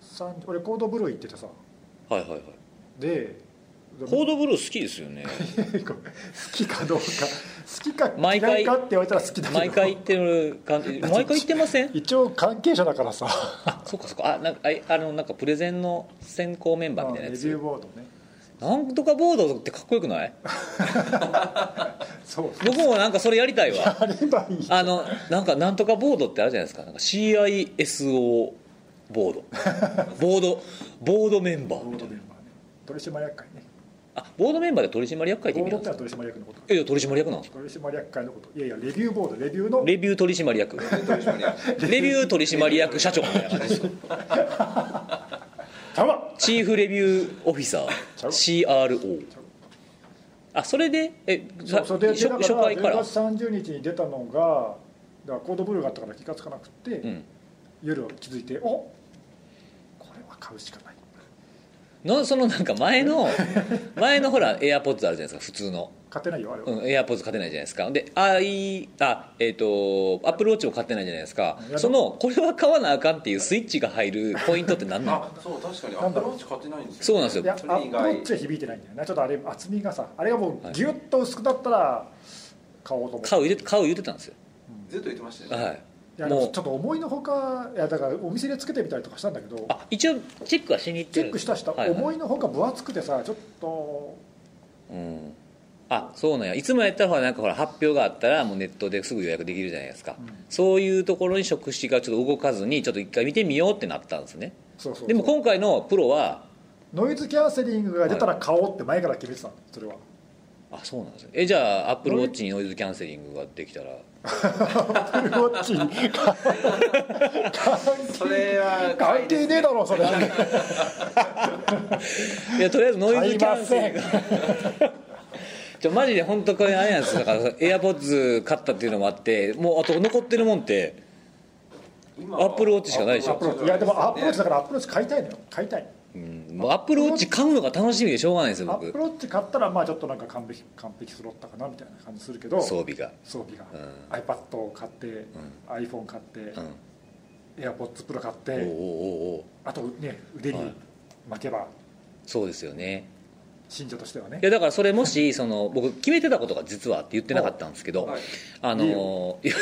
三俺コードブルー行っててさはいはいはいでコードブルー好きですよ ね好きかどうか好きか毎嫌回いかって言われたら好きだけど 毎回行ってる感じ毎回行ってません一応関係者だからさあそっかそっかあなんかあいあのなんかプレゼンの選考メンバーみたレいなやビつューボードねなんとかボードってかっこよくないそう僕もなんかそれやりたい わあればいいあのなんかなんとかボードってあるじゃないですかなんか CISO ボ ードボードボードメンバーボみーたドいメなンバーね取締役会ねあボードメンバーで取締役会って意ボー味ドっなんてでのすは取締役のことかいや取締役なの取締役会のこといやいやレビューボードレビューのレビュー取締役レビュー取締役社長みたいな感じですよたまチーフレビューオフィサーちゃう CRO ちゃうあそれでえそさうそれで初だから初回10から月30日に出たのがだからコードブルーがあったから気がつかなくて、うん夜気づいておこれは買うしかないのそのなんか前 の前のほら AirPods あるじゃないですか普通の、買ってないよあれは、うん、AirPods 買ってないじゃないですかで i あえっ、と AppleWatch も買ってないじゃないですかいやそのこれは買わなあかんっていうスイッチが入るポイントって何なのあそう確かにアなんッだプろうルウォッチ買ってないんですよそうなんですいやよアプローチは響いてないんだよねちょっとあれ厚みがさあれがもはういギュッと薄くなったら買おうと思って、買う言うて買う言うてたんですよずっと言ってましたよね、はいいやでもちもうょっと思いのほかいやだからお店でつけてみたりとかしたんだけどあ一応チェックはしに行ってチるェックしたした、はいはい思いのほか分厚くてさちょっとうんあそうなんやいつもやったらほらなんかほら発表があったらもうネットですぐ予約できるじゃないですか、んそういうところに触手がちょっと動かずにちょっと一回見てみようってなったんですねそうそうでも今回のプロはノイズキャンセリングが出たら買おうって前から決めてたのそれはあそうなんですねえじゃあアップルウォッチにノイズキャンセリングができたらアップルウォッチにそれは関係ねえだろそれいやとりあえずノイ買ズいキまャンセリせンんグちょマジで本当これあれなんですだからエアポッズ買ったっていうのもあってもうあと残ってるもんって今アップルウォッチしかないでしょアップローチいやでもアップローチだからアップローチ買いたいのよ買いたいうんもうアップルウォッチ買うのが楽しみでしょうがないんですよアップ僕ローチ買ったらまあちょっとなんか完璧完璧揃ったかなみたいな感じするけど装備が装備が、うん iPad を買って、iPhone 買って、うん AirPodsPro 買っおうておうおうおうあとね腕にはい巻けばそうですよね信者としてはねいやだからそれもしその僕決めてたことが実はって言ってなかったんですけど、はいあのー、いや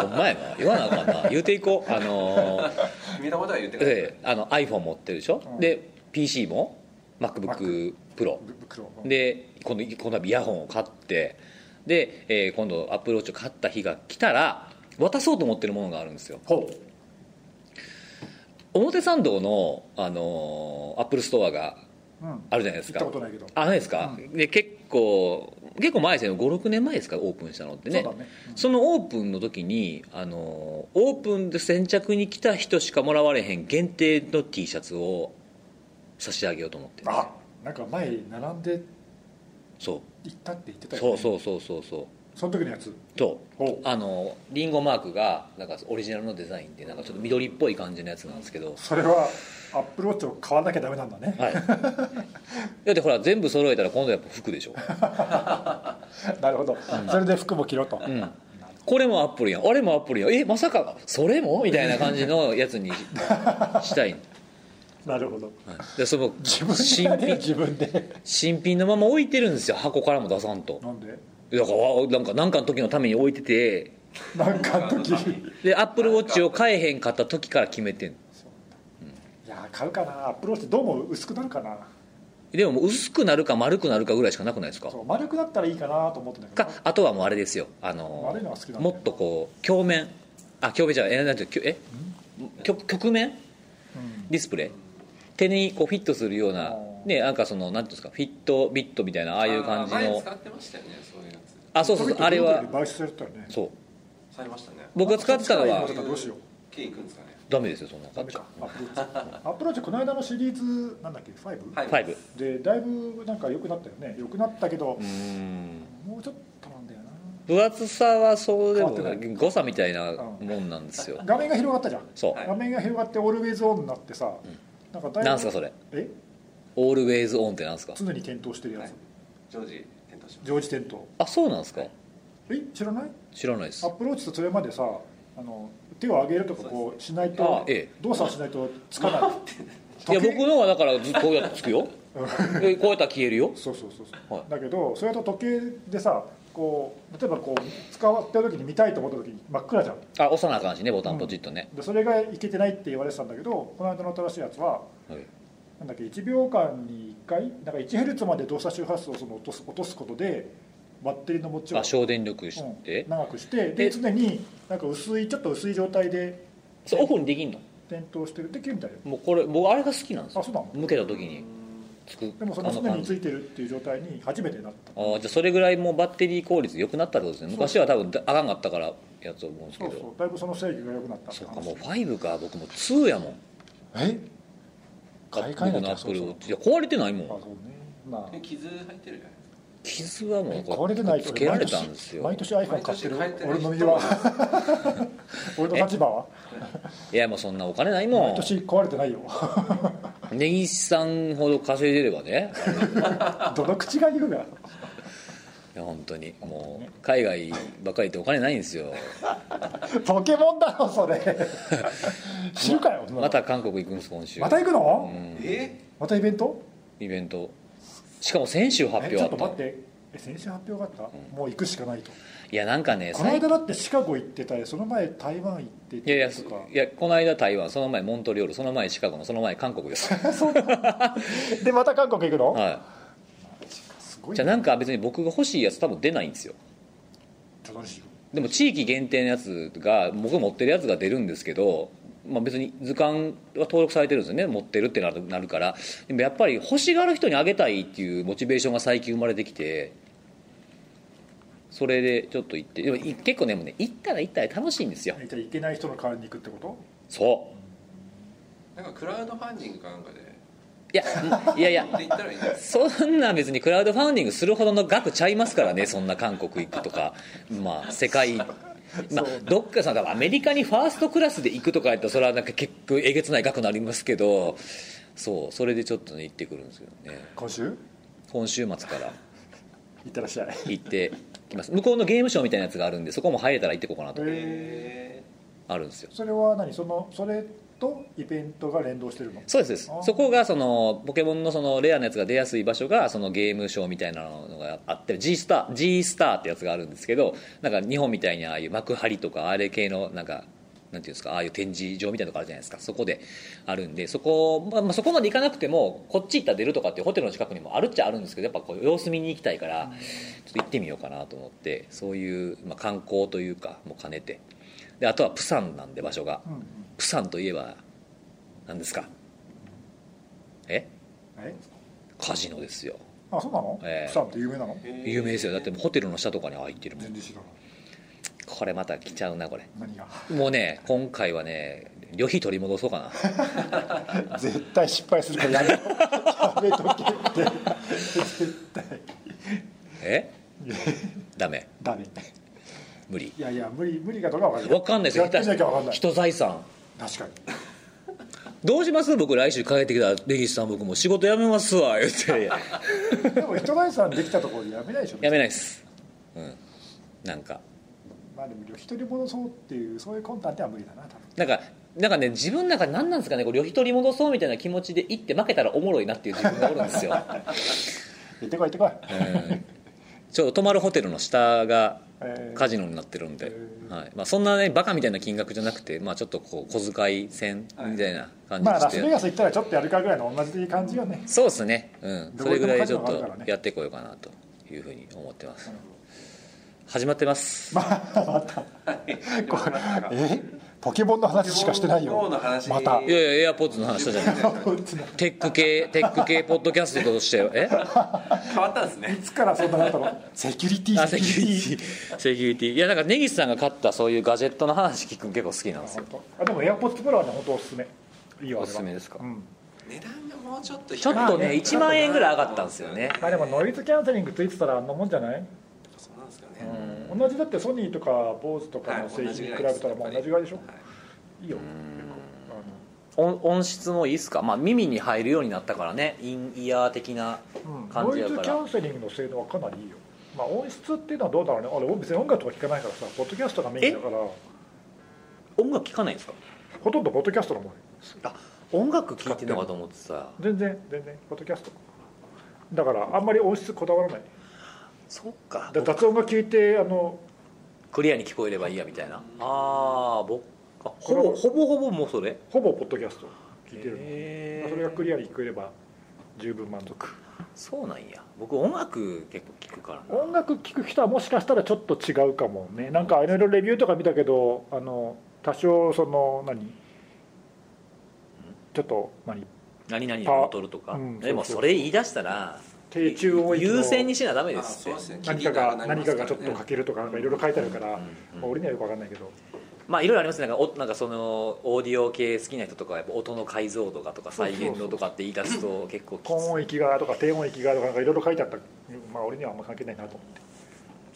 ほんまやな言わなあかんな言うていこうあのー決めたことは言ってない、ええあの iPhone 持ってるでしょ、うんで PC も MacBookPro ブブクロで今度この度イヤホンを買ってで、えー今度アップローチを買った日が来たら渡そうと思ってるものがあるんですよほう表参道の、あのーアップルストアがうん行あるじゃないですったかことないけどあないですか、で結構結構前ですよね56年前ですかオープンしたのってねそうだねうんそのオープンの時にあのオープンで先着に来た人しかもらわれへん限定の T シャツを差し上げようと思って、あなんか前並んでそ行ったって言ってうたよ、ね、そううそうそうそうそうその時のやつとほうあのリンゴマークがなんかオリジナルのデザインでなんかちょっと緑っぽい感じのやつなんですけど、それはアップローチを買わなきゃダメなんだね はい、だってほら全部揃えたら今度やっぱ服でしょ、 なるほど、それで服も着ろと、うん、これもアップルやんあれもアップルやんえまさかそれもみたいな感じの やつにしたい、なるほどはい、でその自分新で、ね、品自分で新品のまま置いてるんですよ箱からも出さんとなんでだからわなんかなんかの時のために置いててなんかの 時なんかのい時でアップルウォッチを買えへんかった時から決めてんやー買うかなアップローチどうも薄くなるかなでももう薄くなるか丸くなるかぐらいしかなくないですかそう丸くなったらいいかなと思ってんだけどかあとはもうあれですよあの悪いのが好きなんだよもっとこう鏡面あ鏡面じゃないえなんていうきょえ曲曲面うんディスプレイ手にこうフィットするようなおーねなんかそのなんていうんですかフィットビットみたいなああいう感じあー前の使ってましたよねそういうやあそうそうそうあれトはイレで買収されてたよねそうつされましたね僕が使ってたのあは使ってたどうしようケイ君ですかねダメですよそんなのダ買っメちゃかアップローチアップローチこの間のシリーズなんだっけ 5?、はう5でだいぶなんか良くなったよね良くなったけどう、ーんもうちょっとなんだよな分厚さはそうでも変わって誤差みたいなもんなんですよ画面が広がったじゃんそう、はい画面が広がってオールウェイズオンになってさ、なんかだいぶなんすかそれえオールウェイズオンってなんですか常に点灯してるやつ、はいジョージ点灯しまし常時点灯あそうなんですかえ知らない知らないですアップローチとそれまでさあの手を上げるとかこうしないあとえ動作をしないとつかないいや時計僕のはだからずっとこうやってつくよでこうやったら消えるよそうそうそうそう、はいだけどそれと時計でさこう例えばこう使ってる時に見たいと思った時に真っ暗じゃんあ押さなあかんしねボタンポチッとね、でそれがいけてないって言われてたんだけどこの間の新しいやつははいなんだっけ1秒間に1回なんか1ヘルツまで動作周波数をその落とす落とすことでバッテリーの持ちをあ省電力して、うん長くしてでで常になんか薄いちょっと薄い状態でそうオフにできんの点灯してるできるみたいよもうこれ僕あれが好きなんですあよそうなの向けた時につくでもそあのの常感につじいてるっていう状態に初めてなったあーじゃあそれぐらいもうバッテリー効率良くなったってことですねそう昔は多分あかんかったからやつと思うんですけそうどそうだいぶその制御が良くなったってそっ話かもう5か僕も2やもんえ買い替えな僕きのアゃッそプうルそウォうッチいや壊れてないもあんそうねまあ傷入ってるじゃないですか傷はもう壊れてないつとけられたんですよ毎年 iPhone 買ってる毎年買えてない俺の身は 俺の立場はいやもうそんなお金ない毎も年壊れてないよ ん根岸さんほど稼いでればねどの口が言うがいや本当にもう海外ばっかり行ってお金ないんですよポケモンだろ それ知るかよそんなのまた韓国行くんです今週また行くうの、んえまたイベントイベントしかも先週発え表ちあょっっと待ったてえ先週発表があった、もう行くしかないといやなんかねこの最間だってシカゴ行ってたりその前台湾行っていやいやとすかいやこの間台湾その前モントリオールその前シカゴのその前韓国です でまた韓国行くの、はすいごいじゃあなんか別に僕が欲しいやつ多分出ないんですよ楽しいよでも地域限定のやつが僕持ってるやつが出るんですけど、まあ、別に図鑑は登録されてるんですよね持ってるってなるなるからでもやっぱり欲しがる人にあげたいっていうモチベーションが最近生まれてきてそれでちょっと行ってでもい結構ねもうね行ったら行ったら楽しいんですよえじゃあ行けない人の代わりに行くってことそうなんかクラウドファンディングかなんかででいやいやいや行ったらいいんですそんな別にクラウドファンディングするほどの額ちゃいますからねそんな韓国行くとかまあ世界まあどっかさ多分アメリカにファーストクラスで行くとかやったらそれはなんか結構えげつない額になりますけどそうそれでちょっとね行ってくるんですけどね今週今週末から行ってらっしゃい行ってきます向こうのゲームショーみたいなやつがあるんでそこも入れたら行ってこうかなとへあるんですよそれは何そのそれとイベントが連動してるのそうですそうあでーすそこがそのポケモンのそのレアなやつが出やすい場所がそのゲームショーみたいなのがあって G スター G スターってやつがあるんですけどなんか日本みたいにああいう幕張とかあれ系のなんかなんていうんですかああいう展示場みたいなのがあるじゃないですかそこであるんでそこ、まあまあ、そこまで行かなくてもこっち行ったら出るとかっていうホテルの近くにもあるっちゃあるんですけどやっぱこう様子見に行きたいからちょっと行ってみようかなと思ってそういう、まあ、観光というかも兼ねてであとはプサンなんで場所がうんうんプサンといえば何ですかええカジノですよあそうなの、ええプサンって有名なのえ有名ですよだってもうホテルの下とかに入ってるもん全然知らないこれまた来ちゃうなこれ何がもうね今回はね旅費取り戻そうかな絶対失敗する からやめろやめとけって絶対えダメダメ無理いやいや無理無理かどうかわかんないわかんないですやってみなきゃわかんない人財産確かにどうします僕来週帰ってきたら根岸さん僕もう仕事辞めますわ言ってでも人財産できたところでやめないでしょ辞めないっすうんなんかまあでも旅費取り戻そうっていうそういう魂胆では無理だな多分なんかなんかね自分の中で何なんですかねこう旅費取り戻そうみたいな気持ちで行って負けたらおもろいなっていう自分がおるんですよ、行ってこい行ってこい、うんちょうど泊まるホテルの下がえーカジノになってるんで、えーはいまあ、そんなねバカみたいな金額じゃなくて、まあ、ちょっとこう小遣い銭みたいな感じまあラにしスて、ベガス行ったらちょっとやるかぐらいの同じ感じよねそうですね、うん、どそこ行ってれぐもらいちょっカジノがあるとからねやってこようかなというふうに思ってます始まってます、こ れえポケモンの話しかしてないよの話またいやいやエアポッツの話した じゃないですかいつのテック系テック系ポッドキャストとして え変わったんですねいつからそんななったのセキュリティあセキュリティセキュリティいやなんか根岸さんが買ったそういうガジェットの話聞くの結構好きなんですよ本当あでもエアポッ o プロはね本当おすすめいいよあれはおすすめですかうん値段がもうちょっとちょっとね1万円ぐらい上がったんですよねまあでもノイズキャンセリングついてたらあんなもんじゃないそうなんですかね同じだってソニーとか BOSE とかはのい製同品じにぐ比らべいですたらもう同じぐらいでしょはいいいよ音音質もいいっすか、まあ、耳に入るようになったからねインイヤー的なあのうん感ノじイやズかキャらンセリングの性能はかなりいいよまあ音質っていうのはどうだろうね俺別に音楽とか聞かないからさポッドキャストがメインだから音楽聴かないんですかほとんどポッドキャストのもんあ音楽聴いてるのかと思ってさ全然全然ポッドキャストだからあんまり音質こだわらないそっかだ雑音が聞いてあのクリアに聞こえればいいやみたいなああ僕あこほれぼはほぼほぼもうそれほぼポッドキャスト聞いてるの、へーそれがクリアに聞こえれば十分満足そうなんや僕音楽結構聞くからな音楽聴く人はもしかしたらちょっと違うかもねなんかいろいろレビューとか見たけどあの多少その何ちょっと何何々のボトルとか、うんでもそうそうそれ言い出したら低中音域の優先にしなダメですっあそてうですね何かが気になり何まかすらがねちょっと欠けるとかなんかいろいろ書いてあるから、うんまあ俺にはよくわかんないけどまあいろいろありますねなんかおなんかそのオーディオ系好きな人とかはやっぱ音の解像度がとかそうそうそ再う現度とかって言い出す と結構きつい高音域がとか低音域がとかなんかいろいろ書いてあったまあ俺にはあんま関係ないなと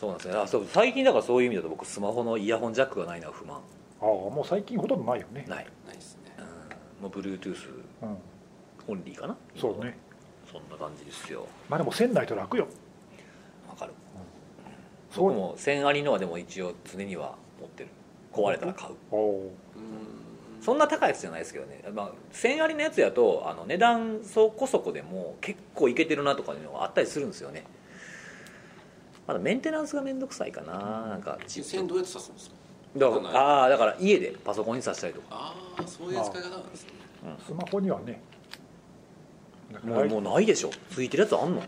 そうなんですねあそう最近だからそういう意味だと僕スマホのイヤホンジャックがないのは不満思ってああもう最近ほとんどないよね、ない、ないですねうん、もう Bluetooth うん、オンリーかなそうねそんな感じですよまあでも1000ないと楽よわかるそう僕も1000ありのはでも一応常には持ってる壊れたら買うおおうんそんな高いやつじゃないですけどね、まあ、1000ありのやつやとあの値段そこそこでも結構いけてるなとかいうのがあったりするんですよねまだメンテナンスが面倒くさいかななんか実際にどうやって刺すんですかだからああだから家でパソコンにさせたりとかああそういう使い方なんですねスマホにはねなんかもうもうないでしょついてるやつあんの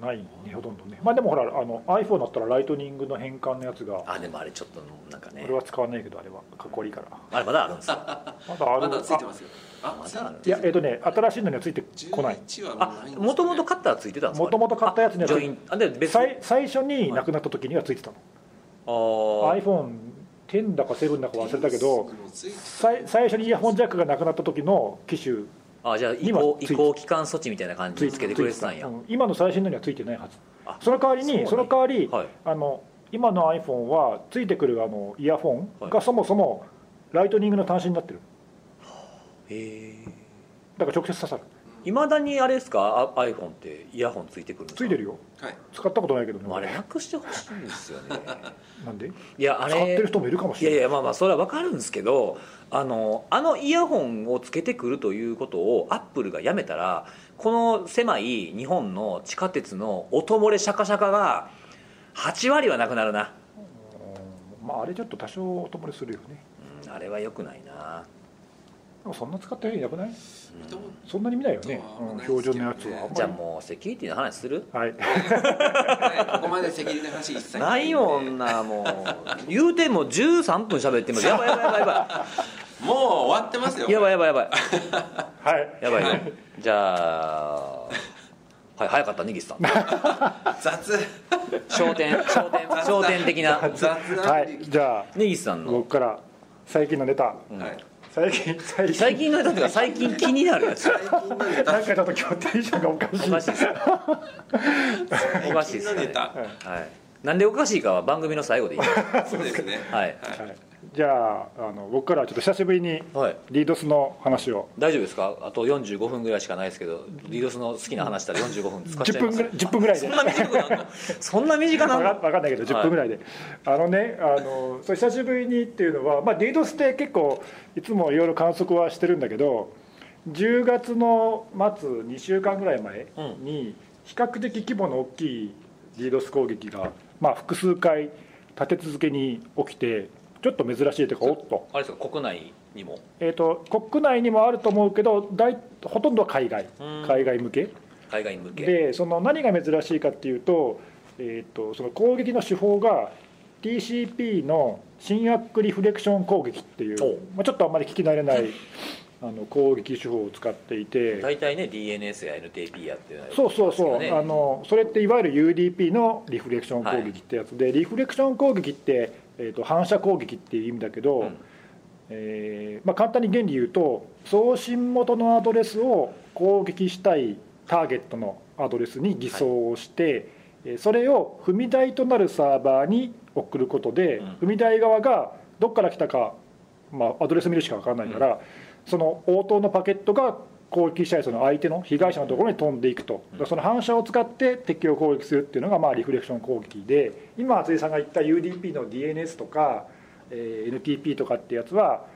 ないねほとんどねまあでもほらあの iPhone だったらライトニングの変換のやつがあでもあれちょっとなんかね俺は使わないけどあれはかっこいいからあれまだあるんですよまだあるまだついてあますよあまだあるいやえっ、とね新しいのにはついてこない11はもうあないんですねもともと買ったらついてたんですか元々買ったやつにはあジョインあで別に最最初に亡くなった時にはついてたあーの、iPhone10 だか7だか忘れたけどもうついて最最初にイヤホンジャックがなくなった時の機種あじゃあ移今行つい移行期間措置みたいな感じでつけてくれてたんや、うん今の最新のにはついてないはずあその代わりそうなんにやその代わり、はいあの今の iPhone はついてくるあのイヤホンはがそもそもライトニングの端子になってるへえだから直接刺さるいまだにあれですかあ iPhone ってイヤホンついてくるんですかついてるよはい使ったことないけどねもうあれなくしてほしいんですよねなんでいやあれ使ってる人もいるかもいしれやないいやまあまあそれは分かるんですけどあのあのイヤホンをつけてくるということをアップルがやめたらこの狭い日本の地下鉄の音漏れシャカシャカが8割はなくなるな、うんまああれちょっと多少音漏れするよねうん、あれはよくないなでもそんな使ってるやくない見たことそんなに見ないよね、うんうん、標準のやつはないですけどねじゃあもうセキュリティの話するはいないここまで責任の話一切ないよ女もう言うても13分喋ってますやばいやばいやばいやばもう終わってますよいやばいやばいやばいはいやばいよじゃあはい早かったねぎさん雑 焦点焦 点焦点的な雑なはいじゃあねぎさんの僕から最近のネタはい最近最近最近のネタっていうか最近気になるやつ最近のネなタんかちょっと今日テンションがおかし おいかしいですね おかしいです最近のねネタはいなんでおかしいかは番組の最後でいいはそうですねいはい、じゃああの僕からはちょっと久しぶりにはいリードスの話を大丈夫ですかあと45分ぐらいしかないですけどリードスの好きな話したら45分使っち10ゃいま分ぐすらい10分ぐらいでそんな短くなんのそんな短な分んかの分かんないけど10分ぐらいで、あのねあのそう久しぶりにっていうのは、まあ、リードスって結構いつもいろいろ観測はしてるんだけど10月の末2週間ぐらい前に比較的規模の大きいリードス攻撃が、まあ、複数回立て続けに起きてちょっと珍しいというかおっとあれですか国内にもえー、と国内にもあると思うけど大ほとんどは海外うん海外向け海外に向けでその何が珍しいかっていうと,、えー、とその攻撃の手法が TCP の新アックリフレクション攻撃っていおう、まあ、ちょっとあんまり聞き慣れないあの攻撃手法を使っていて大体ね DNS や NTP やっていうのはそうそうそう、ねあのそれっていわゆる UDP のリフレクション攻撃ってやつで、リフレクション攻撃って、えー、と反射攻撃っていう意味だけど、うんえーまあ、簡単に原理言うと送信元のアドレスを攻撃したいターゲットのアドレスに偽装をして、えーそれを踏み台となるサーバーに送ることで、うん踏み台側がどっから来たか、まあ、アドレス見るしか分からないから、その応答のパケットが攻撃したいその相手の被害者のところに飛んでいくと、うんだからその反射を使って敵を攻撃するっていうのがまあリフレクション攻撃で今、厚井さんが言った UDP の DNS とかえー NTP とかってやつは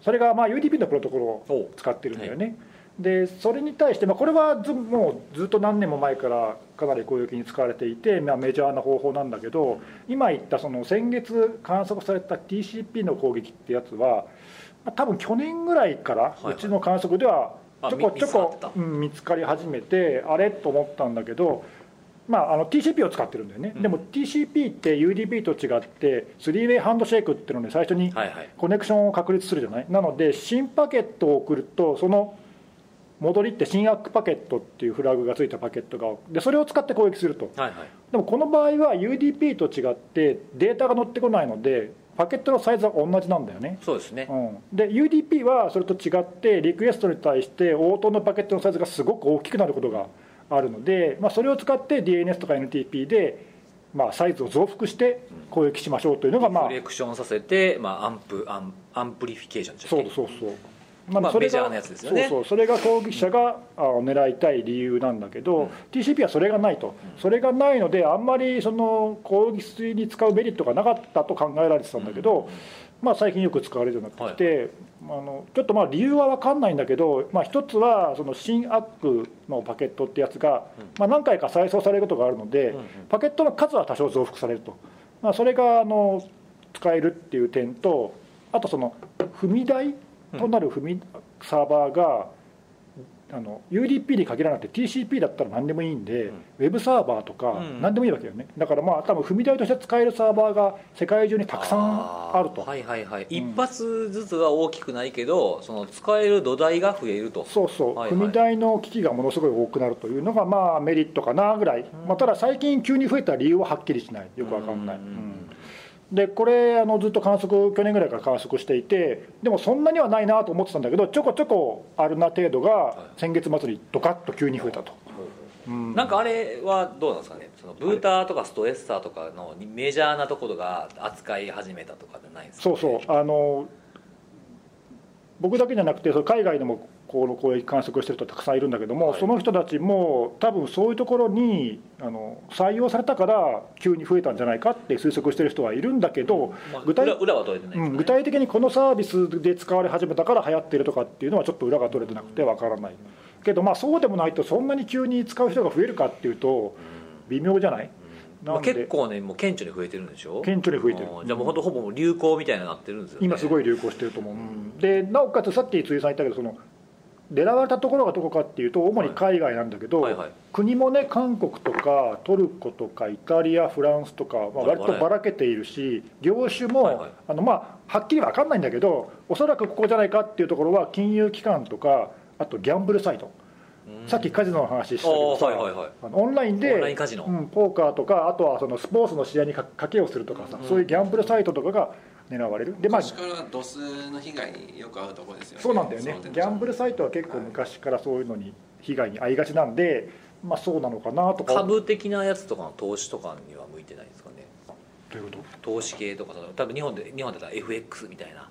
それがまあ UDP のプロトコルを使ってるんだよね、でそれに対して、まあ、これはずもうずっと何年も前からかなり公益に使われていて、まあ、メジャーな方法なんだけど今言ったその先月観測された TCP の攻撃ってやつはまあ多分去年ぐらいからはいうちの観測ではあちょこちょこみ見つかってうん見つかり始めてあれと思ったんだけど、まあ、あの TCP を使ってるんだよね、うんでも TCP って UDP と違ってスリーウェイハンドシェイクっていうので最初にはいはいコネクションを確立するじゃないなので新パケットを送るとその戻りって新アックパケットっていうフラグがついたパケットがでそれを使って攻撃するとはいはいでもこの場合は UDP と違ってデータが乗ってこないのでパケットのサイズは同じなんだよねそうですねうん、で UDP はそれと違ってリクエストに対して応答のパケットのサイズがすごく大きくなることがあるので、まあ、それを使って DNS とか NTP で、まあ、サイズを増幅して攻撃しましょうというのが、まあリ、フレクションさせて、まあ、アンプアンアンプリフィケーションじゃそうないだそうそうまあそれメジャーがなやつですよねそうそうそれが攻撃者があ狙いたい理由なんだけど、TCP はそれがないと、それがないのであんまりその攻撃水に使うメリットがなかったと考えられてたんだけど、まあ、最近よく使われるようになってきて、あのちょっとまあ理由は分かんないんだけど、まあ、一つはその新アックのパケットってやつが、まあ、何回か再送されることがあるので、んうんパケットの数は多少増幅されると、まあ、それがあの使えるっていう点とあとその踏み台となる踏み、サーバーがあの UDP に限らなくて TCP だったら何でもいいんで、ウェブサーバーとかうん何でもいいわけよね、だからまあ多分踏み台として使えるサーバーが世界中にたくさんあると。はいはいはい、ん一発ずつは大きくないけどその使える土台が増えるとそうそう、はいはい踏み台の機器がものすごい多くなるというのが、まあ、メリットかなぐらい、まあ、ただ最近、急に増えた理由ははっきりしない、よくわかんない。ううんんうんうんでこれあのずっと観測去年ぐらいから観測していてでもそんなにはないなと思ってたんだけどちょこちょこあるな程度が先月末にドカッと急に増えたと、うんなんかあれはどうなんですかねそのブーターとかストエッサーとかのメジャーなところが扱い始めたとかじゃないんですか、そね、うそうあの僕だけじゃなくてその海外でもこの公益観測をしてる人たくさんいるんだけども、はいその人たちも多分そういうところにあの採用されたから急に増えたんじゃないかって推測してる人はいるんだけど、まあ具体裏裏は取れてないですねうん具体的にこのサービスで使われ始めたから流行ってるとかっていうのはちょっと裏が取れてなくてわからないけどまあそうでもないとそんなに急に使う人が増えるかっていうと微妙じゃなまい、あなんで結構ねもう顕著に増えてるんでしょ顕著に増えてるうんじゃあもうほんとほぼ流行みたいになってるんですよ、ね、今すいごい流行してると思う、でなおかつさっき辻さん言ったけどその狙われたところがどこかっていうと主に海外なんだけど、はいはい国もね韓国とかトルコとかイタリアフランスとか、まあ、はいはい割とばらけているし業種も、はいはいあのまあ、はっきり分かんないんだけどおそらくここじゃないかっていうところは金融機関とかあとギャンブルサイト、さっきカジノの話したけどさ、あーはいはいはいあのオンラインでオンラインカジノうん、ポーカーとかあとはそのスポーツの試合にか賭けをするとかさ、そういうギャンブルサイトとかが狙われるでまあ昔からドスの被害によく遭うところですよねそうなんだよねその点ギャンブルサイトは結構昔からそういうのに被害に遭いがちなんで、まあ、そうなのかなとか株的なやつとかの投資とかには向いてないですかねということ投資系とかその多分日本で日本だったら FX みたいなああ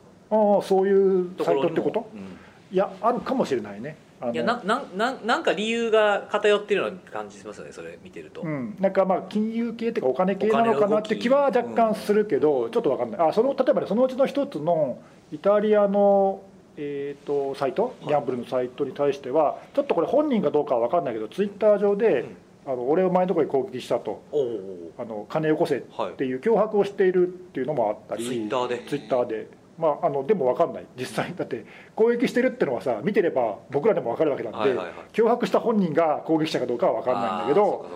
そういうとサころイトっにてもことうんいやあるかもしれないねあのいやななんなんなんか理由が偏ってるような感じしますよねそれ見てると、うん、なんかまあ金融系というかお金系なのかなって気はお金若の動き干するけど、ちょっと分かんないあその例えばねそのうちの一つのイタリアの、えー、とサイトギャンブルのサイトに対してはちょっとこれ本人かどうかは分かんないけどツイッター上で、あの俺を前のところに攻撃したとおおあの金よこせっていう脅迫をしているっていうのもあったり、ツイッターでツイッターでまあ、あのでも分かんない実際だって攻撃してるってのはさ見てれば僕らでも分かるわけなんで、はいはいはい脅迫した本人が攻撃者かどうかは分かんないんだけど、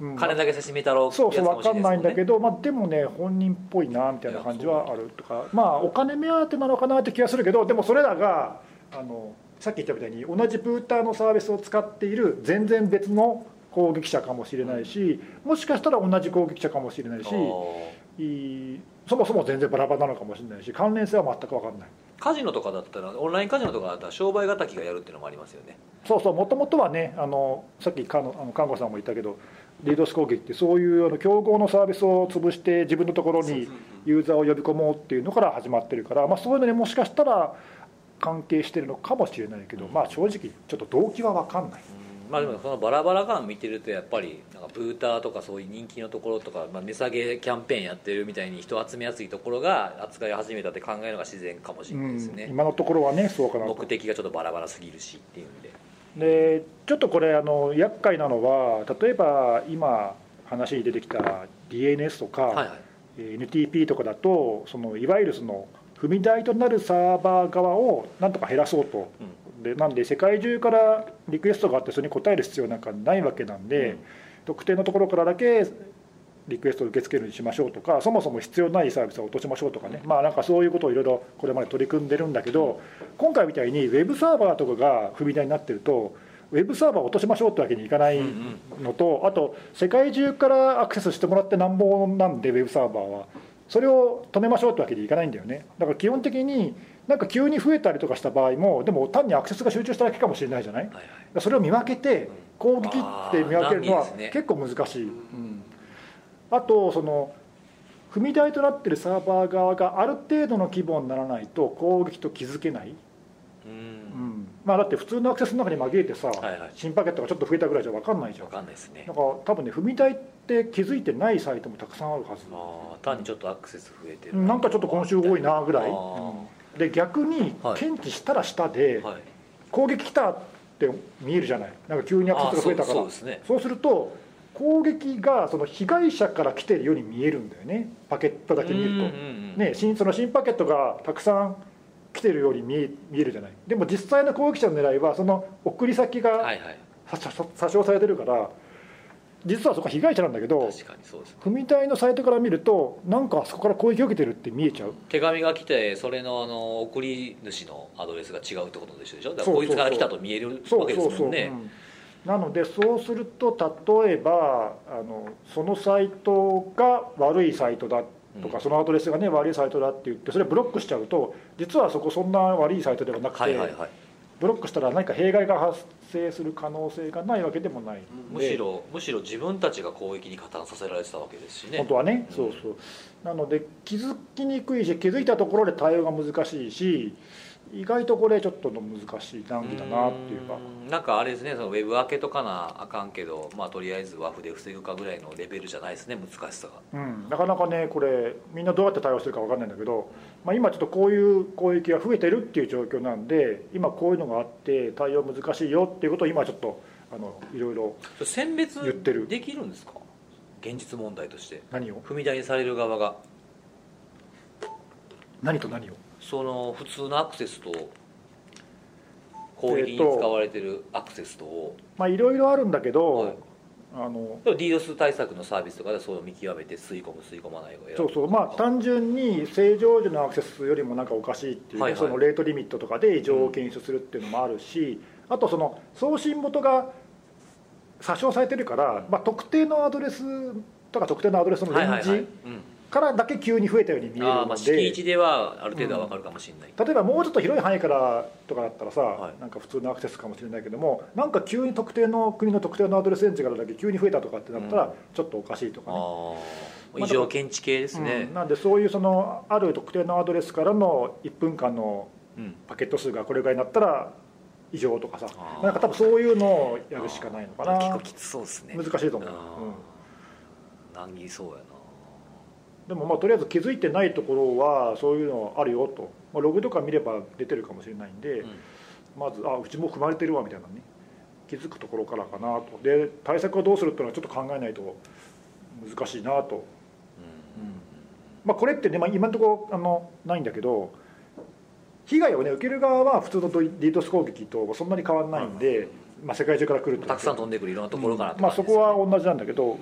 うん金だけ差しめたろそうそう分かんないんだけどど、まあ、でもね本人っぽいなみたいな感じはあるとかまあお金目当てなのかなって気がするけどでもそれらがあのさっき言ったみたいに同じブーターのサービスを使っている全然別の攻撃者かもしれないし、もしかしたら同じ攻撃者かもしれないしいいそもそも全然バラバラなのかもしれないし関連性は全く分かんないカジノとかだったらオンラインカジノとかだったら商売敵がやるっていうのもありますよねそうそうもともとはねあのさっきかのあの看護さんも言ったけどリードス攻撃ってそういうあの競合のサービスを潰して自分のところにユーザーを呼び込もうっていうのから始まってるから、まあ、そういうのにもしかしたら関係してるのかもしれないけど、まあ、正直ちょっと動機は分かんない、ままあでもそのバラバラ感見てるとやっぱりなんかブーターとかそういう人気のところとか、まあ、値下げキャンペーンやってるみたいに人集めやすいところが扱い始めたって考えるのが自然かもしれないですね、うん、今のところはねそうかなと目的がちょっとバラバラすぎるしっていうんででちょっとこれあの厄介なのは例えば今話に出てきた DNS とか、はいはいえー NTP とかだとそのいわゆるその踏み台となるサーバー側をなんとか減らそうと、でなんで世界中からリクエストがあってそれに応える必要なんかないわけなんで、うん特定のところからだけリクエストを受け付けるようにしましょうとかそもそも必要ないサービスを落としましょうとかね、まあなんかそういうことをいろいろこれまで取り組んでるんだけど今回みたいにウェブサーバーとかが踏み台になってるとウェブサーバーを落としましょうってわけにいかないうんのとあと世界中からアクセスしてもらってなんぼなんでウェブサーバーはそれを止めましょうってわけにいかないんだよねだから基本的になんか急に増えたりとかした場合もでも単にアクセスが集中しただけかもしれないじゃないはいはいそれを見分けて攻撃って見分けるのあー難儀はですね結構難しい、うんあとその踏み台となってるサーバー側がある程度の規模にならないと攻撃と気づけない、ううんんまあ、だって普通のアクセスの中に紛れてさ、はいはい新パケットがちょっと増えたぐらいじゃ分かんないじゃん分かんないですねなんか多分ね踏み台って気づいてないサイトもたくさんあるはずあー単にちょっとアクセス増えてうるんなんかちょっと今週多いなぐらいあーうんで逆にはい検知したら下ではい攻撃来たって見えるじゃないなんか急にアクセスが増えたからあーそうそうですねそうすると攻撃がその被害者から来てるように見えるんだよねパケットだけ見るとうんうんうんね、新その新パケットがたくさん来てるように見え見えるじゃないでも実際の攻撃者の狙いはその送り先がはいはい差し差し押されてるから実はそこは被害者なんだけど確かにそうですね組台のサイトから見るとなんかあそこから攻撃を受けてるって見えちゃう手紙が来てそれのあの送り主のアドレスが違うってことでしょだからそうそこういそうつから来たと見えるわそうけでそうすそう、もんねうんなのでそうすると例えばあのそのサイトが悪いサイトだとか、うんそのアドレスがね悪いサイトだって言ってそれブロックしちゃうと実はそこそんな悪いサイトではなくて、はいはいはいブロックしたら何か弊害が発生する可能性がないわけでもない、むしろむしろ自分たちが攻撃に加担させられてたわけですしね本当はね、うんそうそうなので気づきにくいし気づいたところで対応が難しいし意外とこれちょっとの難しい難儀だなっていうかんなんかあれですねそのウェブ開けとかなあかんけどまあとりあえず和風で防ぐかぐらいのレベルじゃないですね難しさがうん、なかなかねこれみんなどうやって対応してるか分かんないんだけど、まあ、今ちょっとこういう攻撃が増えてるっていう状況なんで今こういうのがあって対応難しいよっていうことを今ちょっとあのいろいろそれ選別言ってるできるんですか現実問題として何を踏み台にされる側が何と何をその普通のアクセスと攻撃に使われてるアクセスとを、まあいろいろあるんだけど、はいあのでも DDoS 対策のサービスとかでそういうのを見極めて吸い込む吸い込まないを選ぶそうそうまあ単純に正常時のアクセスよりもなんかおかしいっていう、はいはいそのレートリミットとかで異常を検出するっていうのもあるし、あとその送信元が詐称されてるから、まあ、特定のアドレスとか特定のアドレスのはいはレンいはい、うジん、からだけ急に増えたように見えるあーまのあ敷で地。ではある程度は分かるかもしれない、例えばもうちょっと広い範囲からとかだったらさ、はいなんか普通のアクセスかもしれないけどもなんか急に特定の国の特定のアドレスレンジからだけ急に増えたとかってなったうんらちょっとおかしいとかね、あまああ異常検知系ですねうん、なんでそういうそのある特定のアドレスからの1分間のうんパケット数がこれぐらいになったら異常とかさあーなんか多分そういうのをやるしかないのかな結構きつそうですね難しいと思う、あうんー難儀そうやなでもまあとりあえず気づいてないところはそういうのあるよと、まあ、ログとか見れば出てるかもしれないんで、まずあうちも踏まれてるわみたいなね気づくところからかなとで対策をどうするっていうのはちょっと考えないと難しいなとまあ、これってね、まあ、今のところあのないんだけど被害を、ね、受ける側は普通のドリートス攻撃とそんなに変わらないんで、まあ、世界中から来るっうてん、たくさん飛んでくるいろんなところからってま感あ、そじですこはね同じなんだけど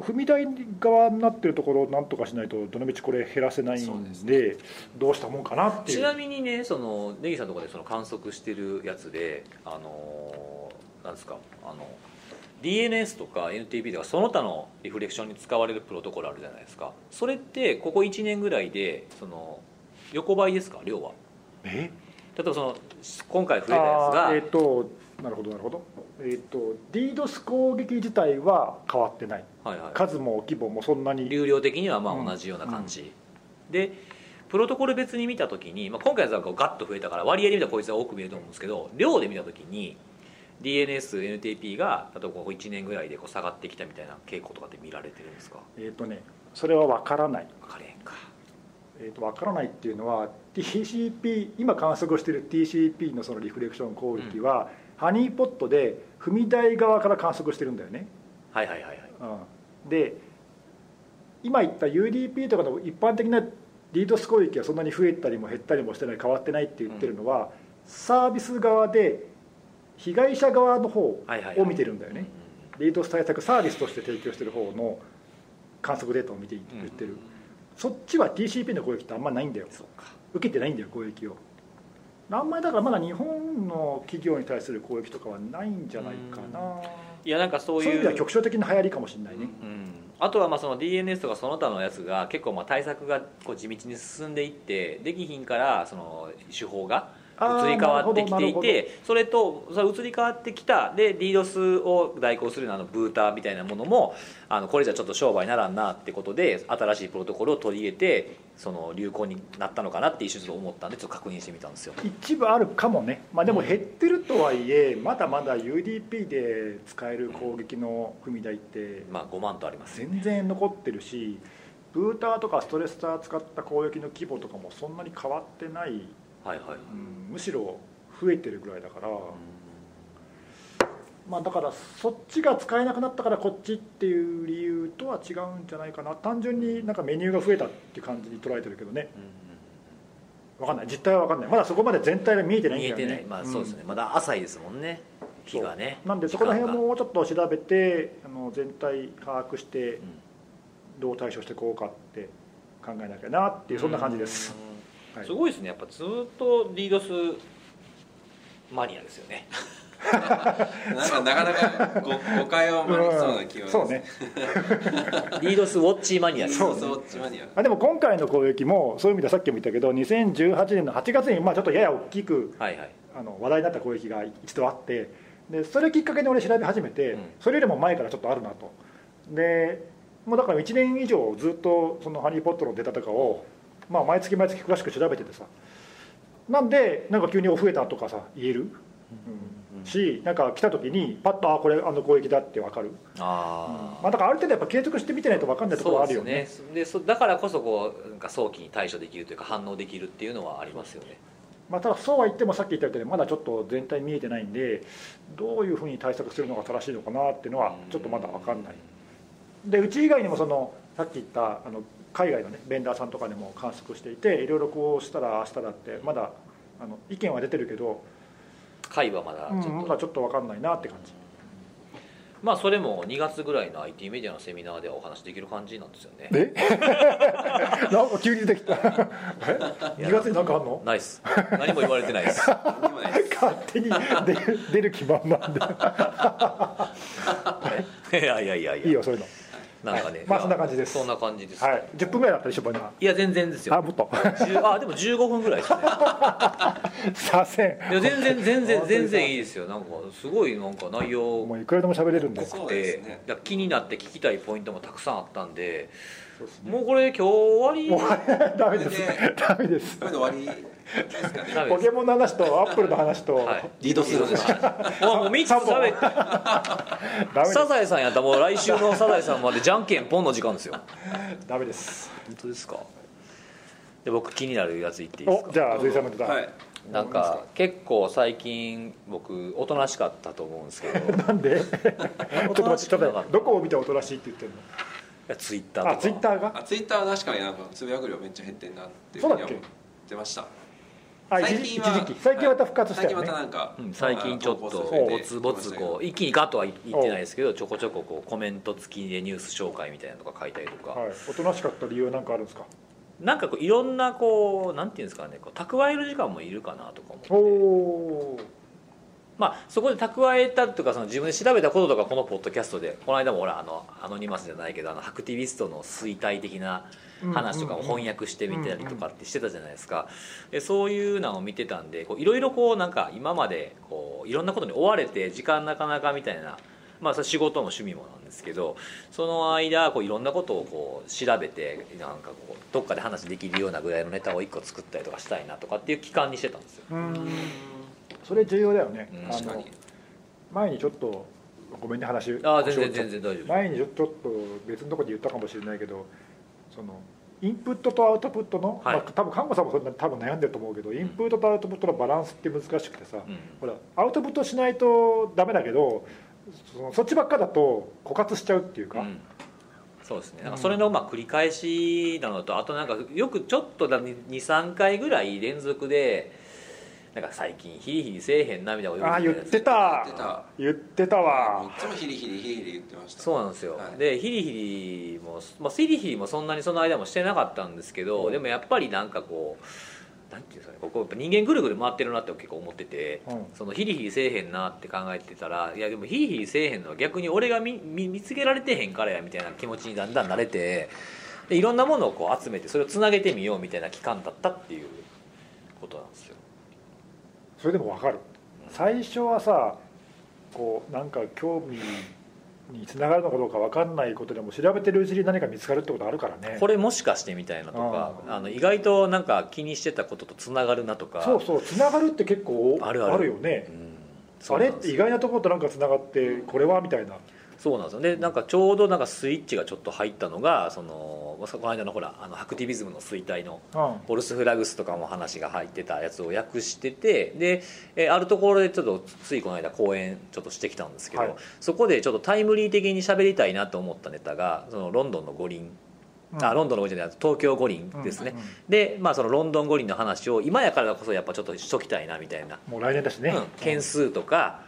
踏み台側になってるところをなんとかしないとどのみちこれ減らせないそうんですでどうしたもんかなっていちうなみにねそのネギさんのところでその観測してるやつであのーなんですかあの DNS とか NTP とかその他のリフレクションに使われるプロトコルあるじゃないですかそれってここ1年ぐらいでその横ばいですか量はえ例えばその今回増えたやあつあがーえっ、となるほどなるほどえっ、と DDoS 攻撃自体は変わってないはいはい、数も規模もそんなに流量的にはまあ同じような感じ、でプロトコル別に見た時に、まあ、今回のやつはこうガッと増えたから割合で見たらこいつは多く見えると思うんですけど量で見た時に DNSNTP が例えばここ1年ぐらいでこう下がってきたみたいな傾向とかって見られてるんですかえっ、とねそれは分からない、分かれへんかえー、と分からないっていうのは TCP 今観測をしている TCP のそのリフレクション攻撃は、ハニーポットで踏み台側から観測してるんだよね、はいはいはいはいうん、で今言った UDP とかの一般的なリードス攻撃はそんなに増えたりも減ったりもしてない変わってないって言ってるのは、サービス側で被害者側の方はいはいはいを見てるんだよね、リードス対策サービスとして提供してる方の観測データを見てうん言ってる、そっちは TCP の攻撃ってあんまないんだよそうか受けてないんだよ攻撃をあんまりだからまだ日本の企業に対する攻撃とかはないんじゃないかな、いやなんかそうそういう意い味ではう局所的な流行りかもしれないね、うん、あとはまあその DNS とかその他のやつが結構まあ対策がこう地道に進んでいってできひんからその手法があー移り変わってきなてるいほどてそれとそれ移り変わってきたで DDoS を代行するようなあのブーターみたいなものもあのこれじゃちょっと商売ならんなってことで新しいプロトコルを取り入れてその流行になったのかなって一瞬ちょっと思ったんでちょっと確認してみたんですよ一部あるかもね、まあ、でも減ってるとはいえまだまだ UDP で使える攻撃の踏み台ってまあ5万とありますよ全然残ってるしブーターとかストレスター使った攻撃の規模とかもそんなに変わってない、はいはいうんむしろ増えてるぐらいだから、まあ、だからそっちが使えなくなったからこっちっていう理由とは違うんじゃないかな単純になんかメニューが増えたっていう感じに捉えてるけどね分かんない実態は分かんないまだそこまで全体が見えてないん見だえよねてないまあそうですね、まだ浅いですもんね日がねなんでそこら辺時間がもうちょっと調べてあの全体把握してんどう対処していこうかって考えなきゃなっていうそんな感じです、うんはいすごいですねやっぱずっとリードスマニアですよねなんかなかなかご誤解を招きそうな気はそうねリードスウォッチマニアですそうそうちまにはあでも今回の攻撃もそういう意味ではさっきも言ったけど2018年の8月にまあちょっとやや大きくはいはいあの話題になった攻撃が一度あってでそれきっかけに俺調べ始めて、うんそれよりも前からちょっとあるなとでもうだから1年以上ずっとそのハニーポットのデータとかを、まあ、毎月毎月詳しく調べててさなんでなんか急に増えたとかさ言える、うんしなんか来た時にパッとあこれあの攻撃だって分かる、あまあ、だからある程度やっぱ継続して見てないと分かんないところはあるよねですねでそだからこそこうなんか早期に対処できるというか反応できるっていうのはありますよねまあ、ただそうは言ってもさっき言ったようにまだちょっと全体見えてないんでどういうふうに対策するのが正しいのかなっていうのはちょっとまだ分かんないでうち以外にもそのさっき言ったあの海外のねベンダーさんとかでも観測していていろいろこうしたらああしたらってまだあの意見は出てるけど、会はまだうんちょっまと、だちょっと分かんないなって感じまあそれも2月ぐらいの IT メディアのセミナーではお話できる感じなんですよねえ なんか急に出てきたえ2月になんかあんのないっす何も言われてないです 何にもないです勝手に出る出る気満々でいやいやいやいやいいよそういうの、なんかねまあそんな感じですそんな感じです、はい、10分ぐらいだったでしょ今いや全然ですよあもっと 10あでも15分ぐらいですね左遷いや全然あ全然本当に全然いいですよなんかすごいなんか内容もういくらでも喋れるんで濃そくうでて、すねだから気になって聞きたいポイントもたくさんあったんでそうですねもうこれ今日終わ りダメですでダメですこれで終わりですかねダメでポすケモンの話とアップルの話と、はいリードするもうもう3つ喋ってダメでサすザエさんやったらもう来週のサザエさんまでじゃんけんポンの時間ですよダメです本当ですかで僕気になるやつ言っていいですかおじゃあ鈴井さんの出た、はいなんか結構最近僕おとなしかったと思うんですけどいなん でちょっと待ってちょっと待ってどこを見ておとなしいって言ってるやツイッターのとあかツイッターがあツイッターは確かになんかつぶやく量めっちゃ減ってんなっていそうふだうっけには思ってましたあ一時一時期最近また復活したよはいね、最近またなんか、うん最近ちょっとぼつぼつこう一気にガッとは言ってないですけどちょこちょここうコメント付きでニュース紹介みたいなのとか書いたりとか、はい、おとなしかった理由は何かあるんですかなんかこういろんなこうなんていうんですかねこう蓄える時間もいるかなとかお思っておまあそこで蓄えたりとかその自分で調べたこととかこのポッドキャストでこの間も俺あのアノニマスじゃないけどあのハクティビストの衰退的な話とかを翻訳してみたりとかってしてたじゃないですかでそういうのを見てたんでこういろいろこうなんか今までこういろんなことに追われて時間なかなかみたいな、まあ、それ仕事も趣味もなんですけどその間こういろんなことをこう調べてなんかこうどっかで話できるようなぐらいのネタを1個作ったりとかしたいなとかっていう期間にしてたんですよ。うんそれ重要だよね、うんあ確かのに前にちょっとごめんね話あー全然全然大丈夫前にちょちょっと別のとこで言ったかもしれないけどそのインプットとアウトプットの、はいまあ、多分看護さんもそんな多分悩んでると思うけどインプットとアウトプットのバランスって難しくてさ、うんほらアウトプットしないとダメだけどそのそっちばっかだと枯渇しちゃうっていうか、うんそうですねなんかそれのまあ繰り返しなのとあとなんかよくちょっとだ23回ぐらい連続でなんか最近ヒリヒリせえへんなみたいなことああ言言っうじゃないですてかた言ってた言ってたいわつもヒリヒリヒリヒリ言ってましたそうなんですよ、はいでヒリヒリも、まあ、ヒリヒリもそんなにその間もしてなかったんですけど、でもやっぱりなんかこうなんていうんですかねこうやっぱ人間ぐるぐる回ってるなって結構思ってて、うんそのヒリヒリせえへんなって考えてたらいやでもヒリヒリせえへんのは逆に俺が見見見つけられてへんからやみたいな気持ちにだんだん慣れてでいろんなものをこう集めてそれをつなげてみようみたいな期間だったっていうことなんですよそれでもわかる最初はさこうなんか興味につながるのかどうかわかんないことでも調べてるうちに何か見つかるってことあるからねこれもしかしてみたいなとかうあの意外となんか気にしてたこととつながるなとかそうそうつながるって結構あるあるよねうんそあうなれんっですてよ意外なところとなんかつながってこれはみたいなそうなんですよでなんかちょうどなんかスイッチがちょっと入ったのがそのまあこの間のほらあのハクティビズムの衰退のうんボルスフラグスとかも話が入ってたやつを訳しててで、えーあるところでちょっとついこの間講演ちょっとしてきたんですけど、はいそこでちょっとタイムリー的に喋りたいなと思ったネタがそのロンドンの五輪、あロンドンの五輪じゃない東京五輪ですね、うんうんで、まあ、そのロンドン五輪の話を今やからこそやっぱちょっとしときたいなみたいなもう来年だしね、うん、件数とか、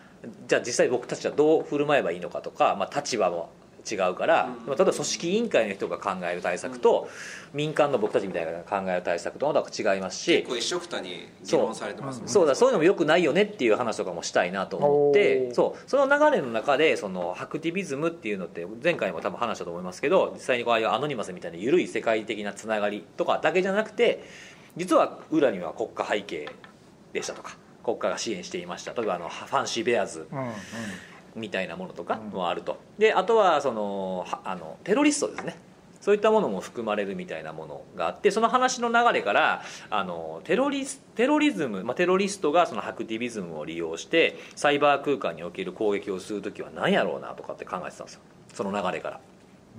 じゃあ実際僕たちはどう振る舞えばいいのかとか、まあ、立場も違うから、うんまあ例えば組織委員会の人が考える対策と、民間の僕たちみたいなのが考える対策とまた違いますし結構一緒くたに議論されてますもんねそうだそういうのもよくないよねっていう話とかもしたいなと思っおてーそうその流れの中でそのハクティビズムっていうのって前回も多分話したと思いますけど実際にこうああいうアノニマスみたいな緩い世界的なつながりとかだけじゃなくて実は裏には国家背景でしたとか国家が支援していました例えばあのファンシーベアーズうんうんみたいなものとかもあると、であとはそのはあのテロリストですねそういったものも含まれるみたいなものがあってその話の流れからあのテロリステロリズム、まあ、テロリストがそのハクティビズムを利用してサイバー空間における攻撃をする時は何やろうなとかって考えてたんですよその流れから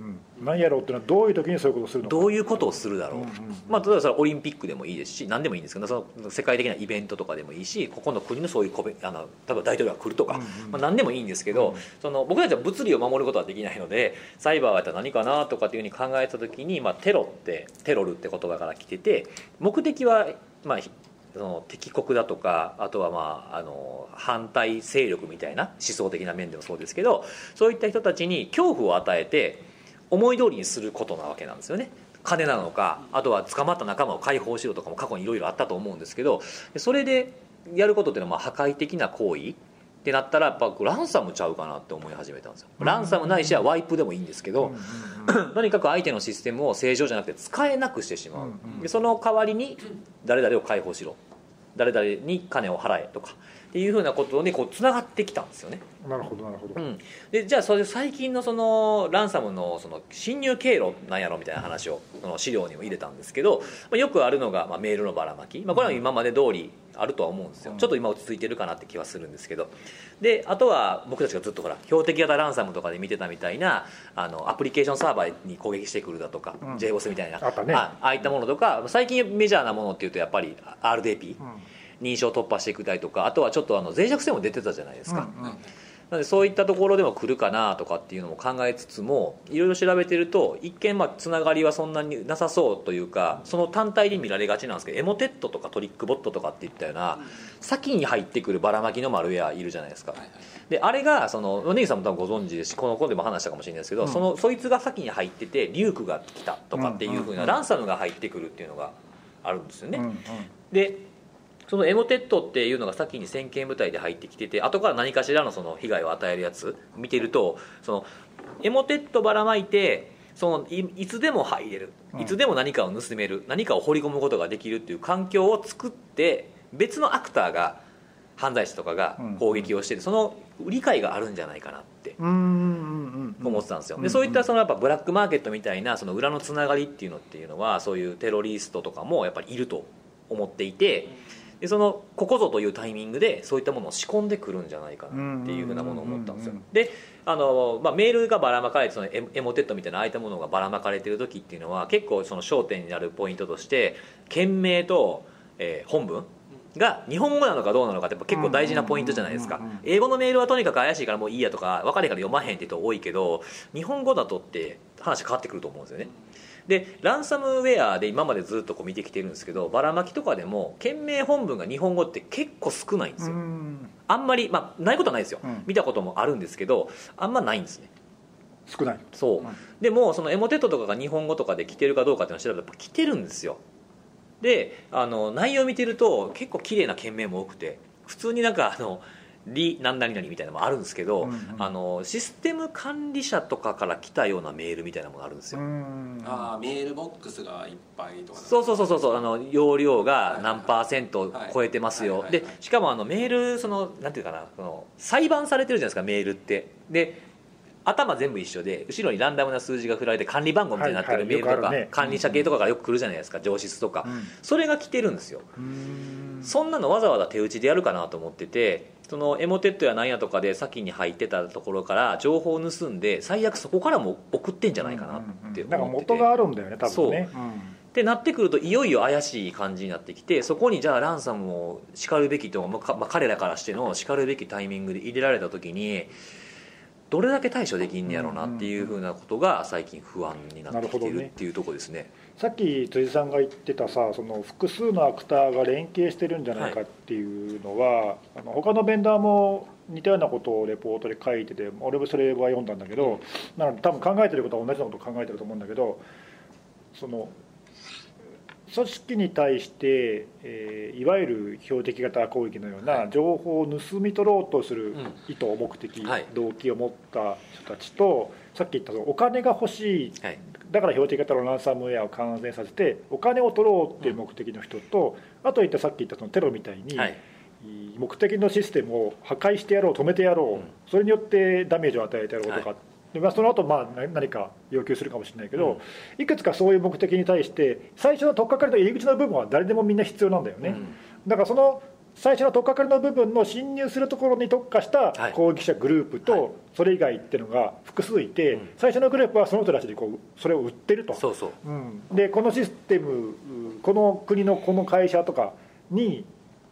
うん何やろうっていうのはどういう時にそういうことをするのかどういうことをするだろう、うんうんうんまあ、例えばそれはオリンピックでもいいですし何でもいいんですけどその世界的なイベントとかでもいいしここの国のそういうコベあの例えば大統領が来るとか、うんうんまあ、何でもいいんですけど、その僕たちは物理を守ることはできないのでサイバーがやったら何かなとかっていうふうに考えた時に、まあ、テロってテロルって言葉から来てて目的は、まあ、ひその敵国だとかあとは、まあ、あの反対勢力みたいな思想的な面でもそうですけどそういった人たちに恐怖を与えて思い通りにすることなわけなんですよね金なのかあとは捕まった仲間を解放しろとかも過去にいろいろあったと思うんですけどそれでやることっていうのはまあ破壊的な行為ってなったらやっぱランサムちゃうかなって思い始めたんですよランサムないしはワイプでもいいんですけど、うんうんうんとにかく相手のシステムを正常じゃなくて使えなくしてしうまう、んうんでその代わりに誰々を解放しろ誰々に金を払えとかっていうふうなことにつながってきたんですよね、なるほどなるほどう、ん、でじゃあそれ最近のそのランサムのその侵入経路なんやろみたいな話をその資料にも入れたんですけど、まあ、よくあるのが、まあ、メールのばらまき、まあ、これは今まで通りあるとは思うんですよ、うんちょっと今落ち着いてるかなって気はするんですけどであとは僕たちがずっとほら標的型ランサムとかで見てたみたいなあのアプリケーションサーバーに攻撃してくるだとか、うん JBoss みたいなあったねあああいったものとか最近メジャーなものっていうとやっぱり RDP 認証突破していくたりとかあとはちょっとあの脆弱性も出てたじゃないですか、うんうんなのでそういったところでも来るかなとかっていうのも考えつつもいろいろ調べてると一見まあつながりはそんなになさそうというかその単体で見られがちなんですけどエモテットとかトリックボットとかっていったような先に入ってくるばらまきのマルウェアいるじゃないですかはいはいであれがそのネギさんも多分ご存知ですしこの本でも話したかもしれないですけど、そのそいつが先に入っててリュークが来たとかっていうふううんうなんランサムが入ってくるっていうのがあるんですよね。うんうんでそのエモテットっていうのが先に先見部隊で入ってきてて後から何かしらのその被害を与えるやつ見てるとそのエモテットばらまいてそのいいつでも入れるうんいつでも何かを盗める何かを掘り込むことができるっていう環境を作って別のアクターが犯罪者とかがうん攻撃をしててその理解があるんじゃないかなってうんうんうん思ってたんですよ、うんでそういったそのやっぱブラックマーケットみたいなその裏のつながりっていうのっていうのはそういうテロリストとかもやっぱりいると思っていてでそのここぞというタイミングでそういったものを仕込んでくるんじゃないかなっていうふうなものを思ったんですようんうんうんであの、まあ、メールがばらまかれてそのエモエモテットみたいなああいったものがばらまかれてる時っていうのは結構その焦点になるポイントとして件名と、えー本文が日本語なのかどうなのかってやっぱ結構大事なポイントじゃないですかうんうんうんうん英語のメールはとにかく怪しいからもういいやとか分かれへんから読まへんって人多いけど日本語だとって話変わってくると思うんですよねでランサムウェアで今までずっとこう見てきてるんですけどばらまきとかでも件名本文が日本語って結構少ないんですよ、うんあんまり、まあ、ないことはないですよ、うん見たこともあるんですけどあんまないんですね少ないそう、うんでもそのエモテットとかが日本語とかで来てるかどうかっていうのを調べたらやっぱ来てるんですよであの内容見てると結構綺麗な件名も多くて普通になんかあの「リ何々々」みたいなのもあるんですけど、うんうんあのシステム管理者とかから来たようなメールみたいなものがあるんですよ、うんああメールボックスがいっぱいとかそうそうそうそうそうあの容量が何パーセント超えてますよ、はいはいはいはいでしかもあのメールそのなんていうかなその裁判されてるじゃないですかメールってで頭全部一緒で後ろにランダムな数字が振られて管理番号みたいになってはるいメはいールとか、よくあるね管理者系とかからよく来るじゃないですか上質とか、うんそれが来てるんですようんそんなのわざわざ手打ちでやるかなと思っててそのエモテットやなんやとかで先に入ってたところから情報を盗んで最悪そこからも送ってんじゃないかなって思ってて、なんか元があるんだよね多分ねってなってくるといよいよ怪しい感じになってきてそこにじゃあランサムを叱るべきと、まあかまあ、彼らからしての叱るべきタイミングで入れられた時にどれだけ対処できんねやろうなっていうふうなことが最近不安になってきてるっていうところですね。さっき辻さんが言ってたさその複数のアクターが連携してるんじゃないかっていうのは、あの他のベンダーも似たようなことをレポートで書いてて俺もそれは読んだんだけどなので多分考えてることは同じようなことを考えてると思うんだけどその組織に対して、えーいわゆる標的型攻撃のようはない情報を盗み取ろうとする意図、目的、はい動機を持った人たちとさっき言ったそのお金が欲しいはいだから標的型のランサムウェアを完全させてお金を取ろうっていう目的の人と、あと言ったさっき言ったそのテロみたいに、はい目的のシステムを破壊してやろう止めてやろう、うんそれによってダメージを与えてやろうとか、はでまあ、その後、まあな何か要求するかもしれないけど、うんいくつかそういう目的に対して最初の取っかかりの入り口の部分は誰でもみんな必要なんだよね、うんだからその最初の取っかかりの部分の侵入するところに特化したはい攻撃者グループはいとそれ以外っていうのが複数いて、うん最初のグループはその人たちでこうそれを売ってるとそうそううん、でこのシステムうこの国のこの会社とかに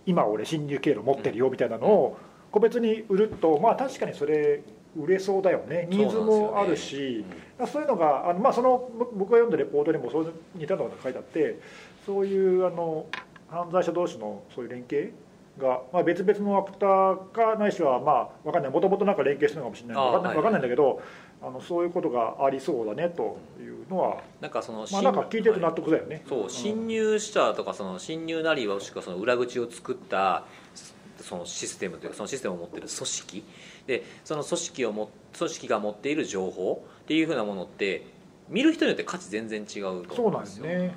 今俺侵入経路持ってるよみたいなのを個別に売るとまあ確かにそれ売れそうだよねニーズもあるしそういうのがあのまあその僕僕が読んだレポートにもそういう似たようなことが書いてあってそういうあの犯罪者同士のそういう連携が、まあ、別々のアクターかないしはまあわかんないもともとなんか連携してるのかもしれないあーわかんないはいわかんないんだけどあのそういうことがありそうだねというのはなんかそのまあ、なんか聞いてるは納得だよね、そう侵入したとかその侵入なりもしくはその裏口を作ったそのシステムというかそのシステムを持っている組織でその組織をも組織が持っている情報っていうふうなものって見る人によって価値全然違うとそう思なんんうでですすよね、だか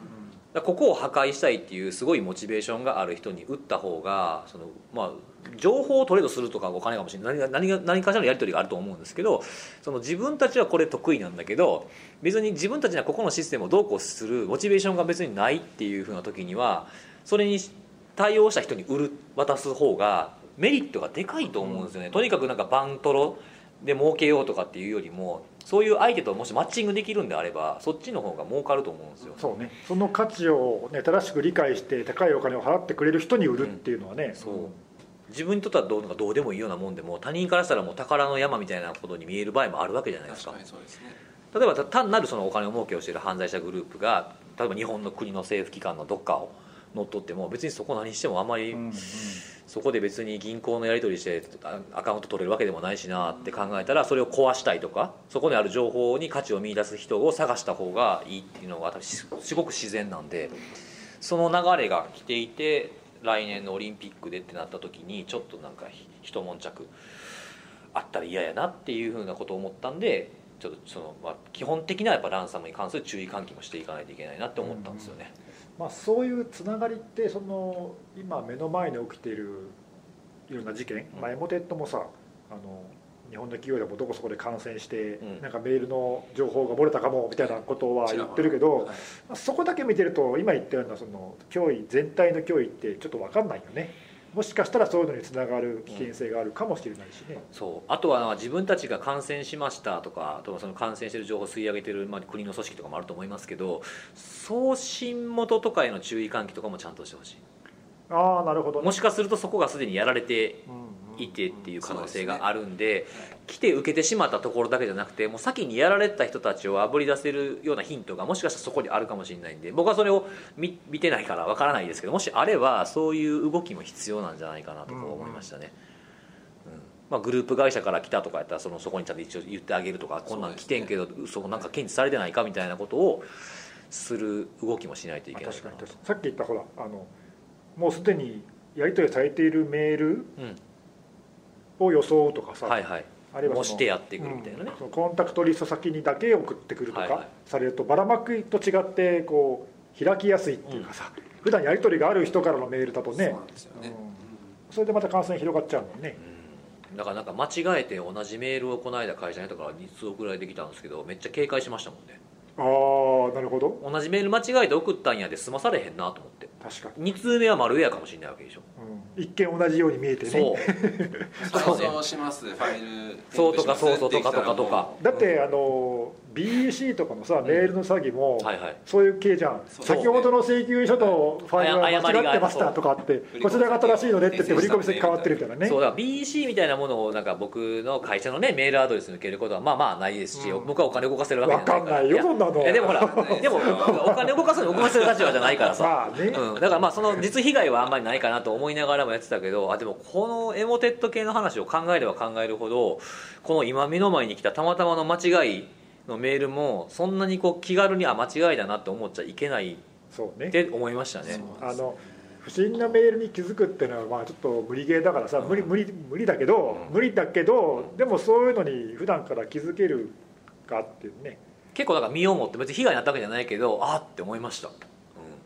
らここを破壊したいっていうすごいモチベーションがある人に打った方がそのまあ情報をトレードするとかお金かもしれない何が何が何かしらのやり取りがあると思うんですけどその自分たちはこれ得意なんだけど別に自分たちにはここのシステムをどうこうするモチベーションが別にないっていうふうな時にはそれに対応した人に売る渡す方がメリットがでかいと思うんですよね、とにかくなんかバントロで儲けようとかっていうよりもそういう相手ともしマッチングできるんであればそっちの方が儲かると思うんですよ。そうねその価値を、ね、正しく理解して高いお金を払ってくれる人に売るっていうのはね、そう自分にとってはどうなんかどうでもいいようなもんでも他人からしたらもう宝の山みたいなことに見える場合もあるわけじゃないです確かかにそうですね例えばた単なるそのお金を儲けをしている犯罪者グループが例えば日本の国の政府機関のどっかを乗っ取っても別にそこ何してもあんまり、うんうんそこで別に銀行のやり取りしてあアカウント取れるわけでもないしなって考えたらそれを壊したいとかそこにある情報に価値を見出す人を探した方がいいっていうのが私すごく自然なんでその流れが来ていて来年のオリンピックでってなった時にちょっとなんかひ一悶着あったら嫌やなっていうふうなことを思ったんでちょっとその、まあ、基本的なやっぱランサムに関する注意喚起もしていかないといけないなって思ったんですよね。まあ、そういうつながりってその今目の前に起きているいろんな事件、うんまあ、エモテットもさあの日本の企業でもどこそこで感染して、うんなんかメールの情報が漏れたかもみたいなことは言ってるけど、はいまあそこだけ見てると今言ったようなその脅威全体の脅威ってちょっと分かんないよねもしかしたらそういうのにつながる危険性があるかもしれないしね、そうあとは自分たちが感染しましたとかあとはその感染してる情報を吸い上げてる、まあ、国の組織とかもあると思いますけど送信元とかへの注意喚起とかもちゃんとしてほしいああなるほどね、もしかするとそこがすでにやられてうんうんいてっていう可能性があるんで来て受けてしまったところだけじゃなくてもう先にやられた人たちをあぶり出せるようなヒントがもしかしたらそこにあるかもしれないんで僕はそれを見見てないからわからないですけどもしあればそういう動きも必要なんじゃないかなとこう思いましたね。うんまあ、グループ会社から来たとかやったらそのそこにちゃんと一応言ってあげるとかこんなん来てんけどそこなんか検知されてないかみたいなことをする動きもしないといけない確かかになと確かにさっき言ったほらあのもうすでにやり取りされているメールうんを装うとかさ、はいはいあるいはそのもしてやってくるみたいなねうんそのコンタクトリスト先にだけ送ってくるとはいはかいされるとばらまくと違ってこう開きやすいっていうかさ、普段やり取りがある人からのメールだとそうねなんですよねうんそれでまた感染広がっちゃうもんね、だからなんか間違えて同じメールをこの間会社の人から2通送られてきたんですけどめっちゃ警戒しましたもんねああなるほど同じメール間違えて送ったんやで済まされへんなと思って確かに、 2通目は丸ウェアかもしれないわけでしょうん一見同じように見えてねそう そうそうしますファイルそうとかそうそうとかとかとかだってあの BEC とかのさメールの詐欺も、はいはいそういう系じゃん、そう先ほどの請求書とファイルが間違ってましたとかあってそうこちらが正しいのでって言って振り込み先変わってるみたいなねそうだから BEC みたいなものをなんか僕の会社のねメールアドレスに受けることはまあまあないですし、うん僕はお金動かせるわけじゃないからわかんないよ やそんなのやでもほらわかんないですでもよお金動かすのに動かせる立場じゃないからさ、まあねうん、だからまあその実被害はあんまりないかなと思いながらもやってたけどあでもこのエモテット系の話を考えれば考えるほどこの今目の前に来たたまたまの間違いのメールもそんなにこう気軽にあ間違いだなって思っちゃいけないそうっねて思いましたねあの不審なメールに気づくっていうのはまあちょっと無理ゲーだからさ無理無理無理だけどうん無理だけどでもそういうのに普段から気づけるかっていうね結構なんか身をもって別に被害になったわけじゃないけどあーって思いました、うん、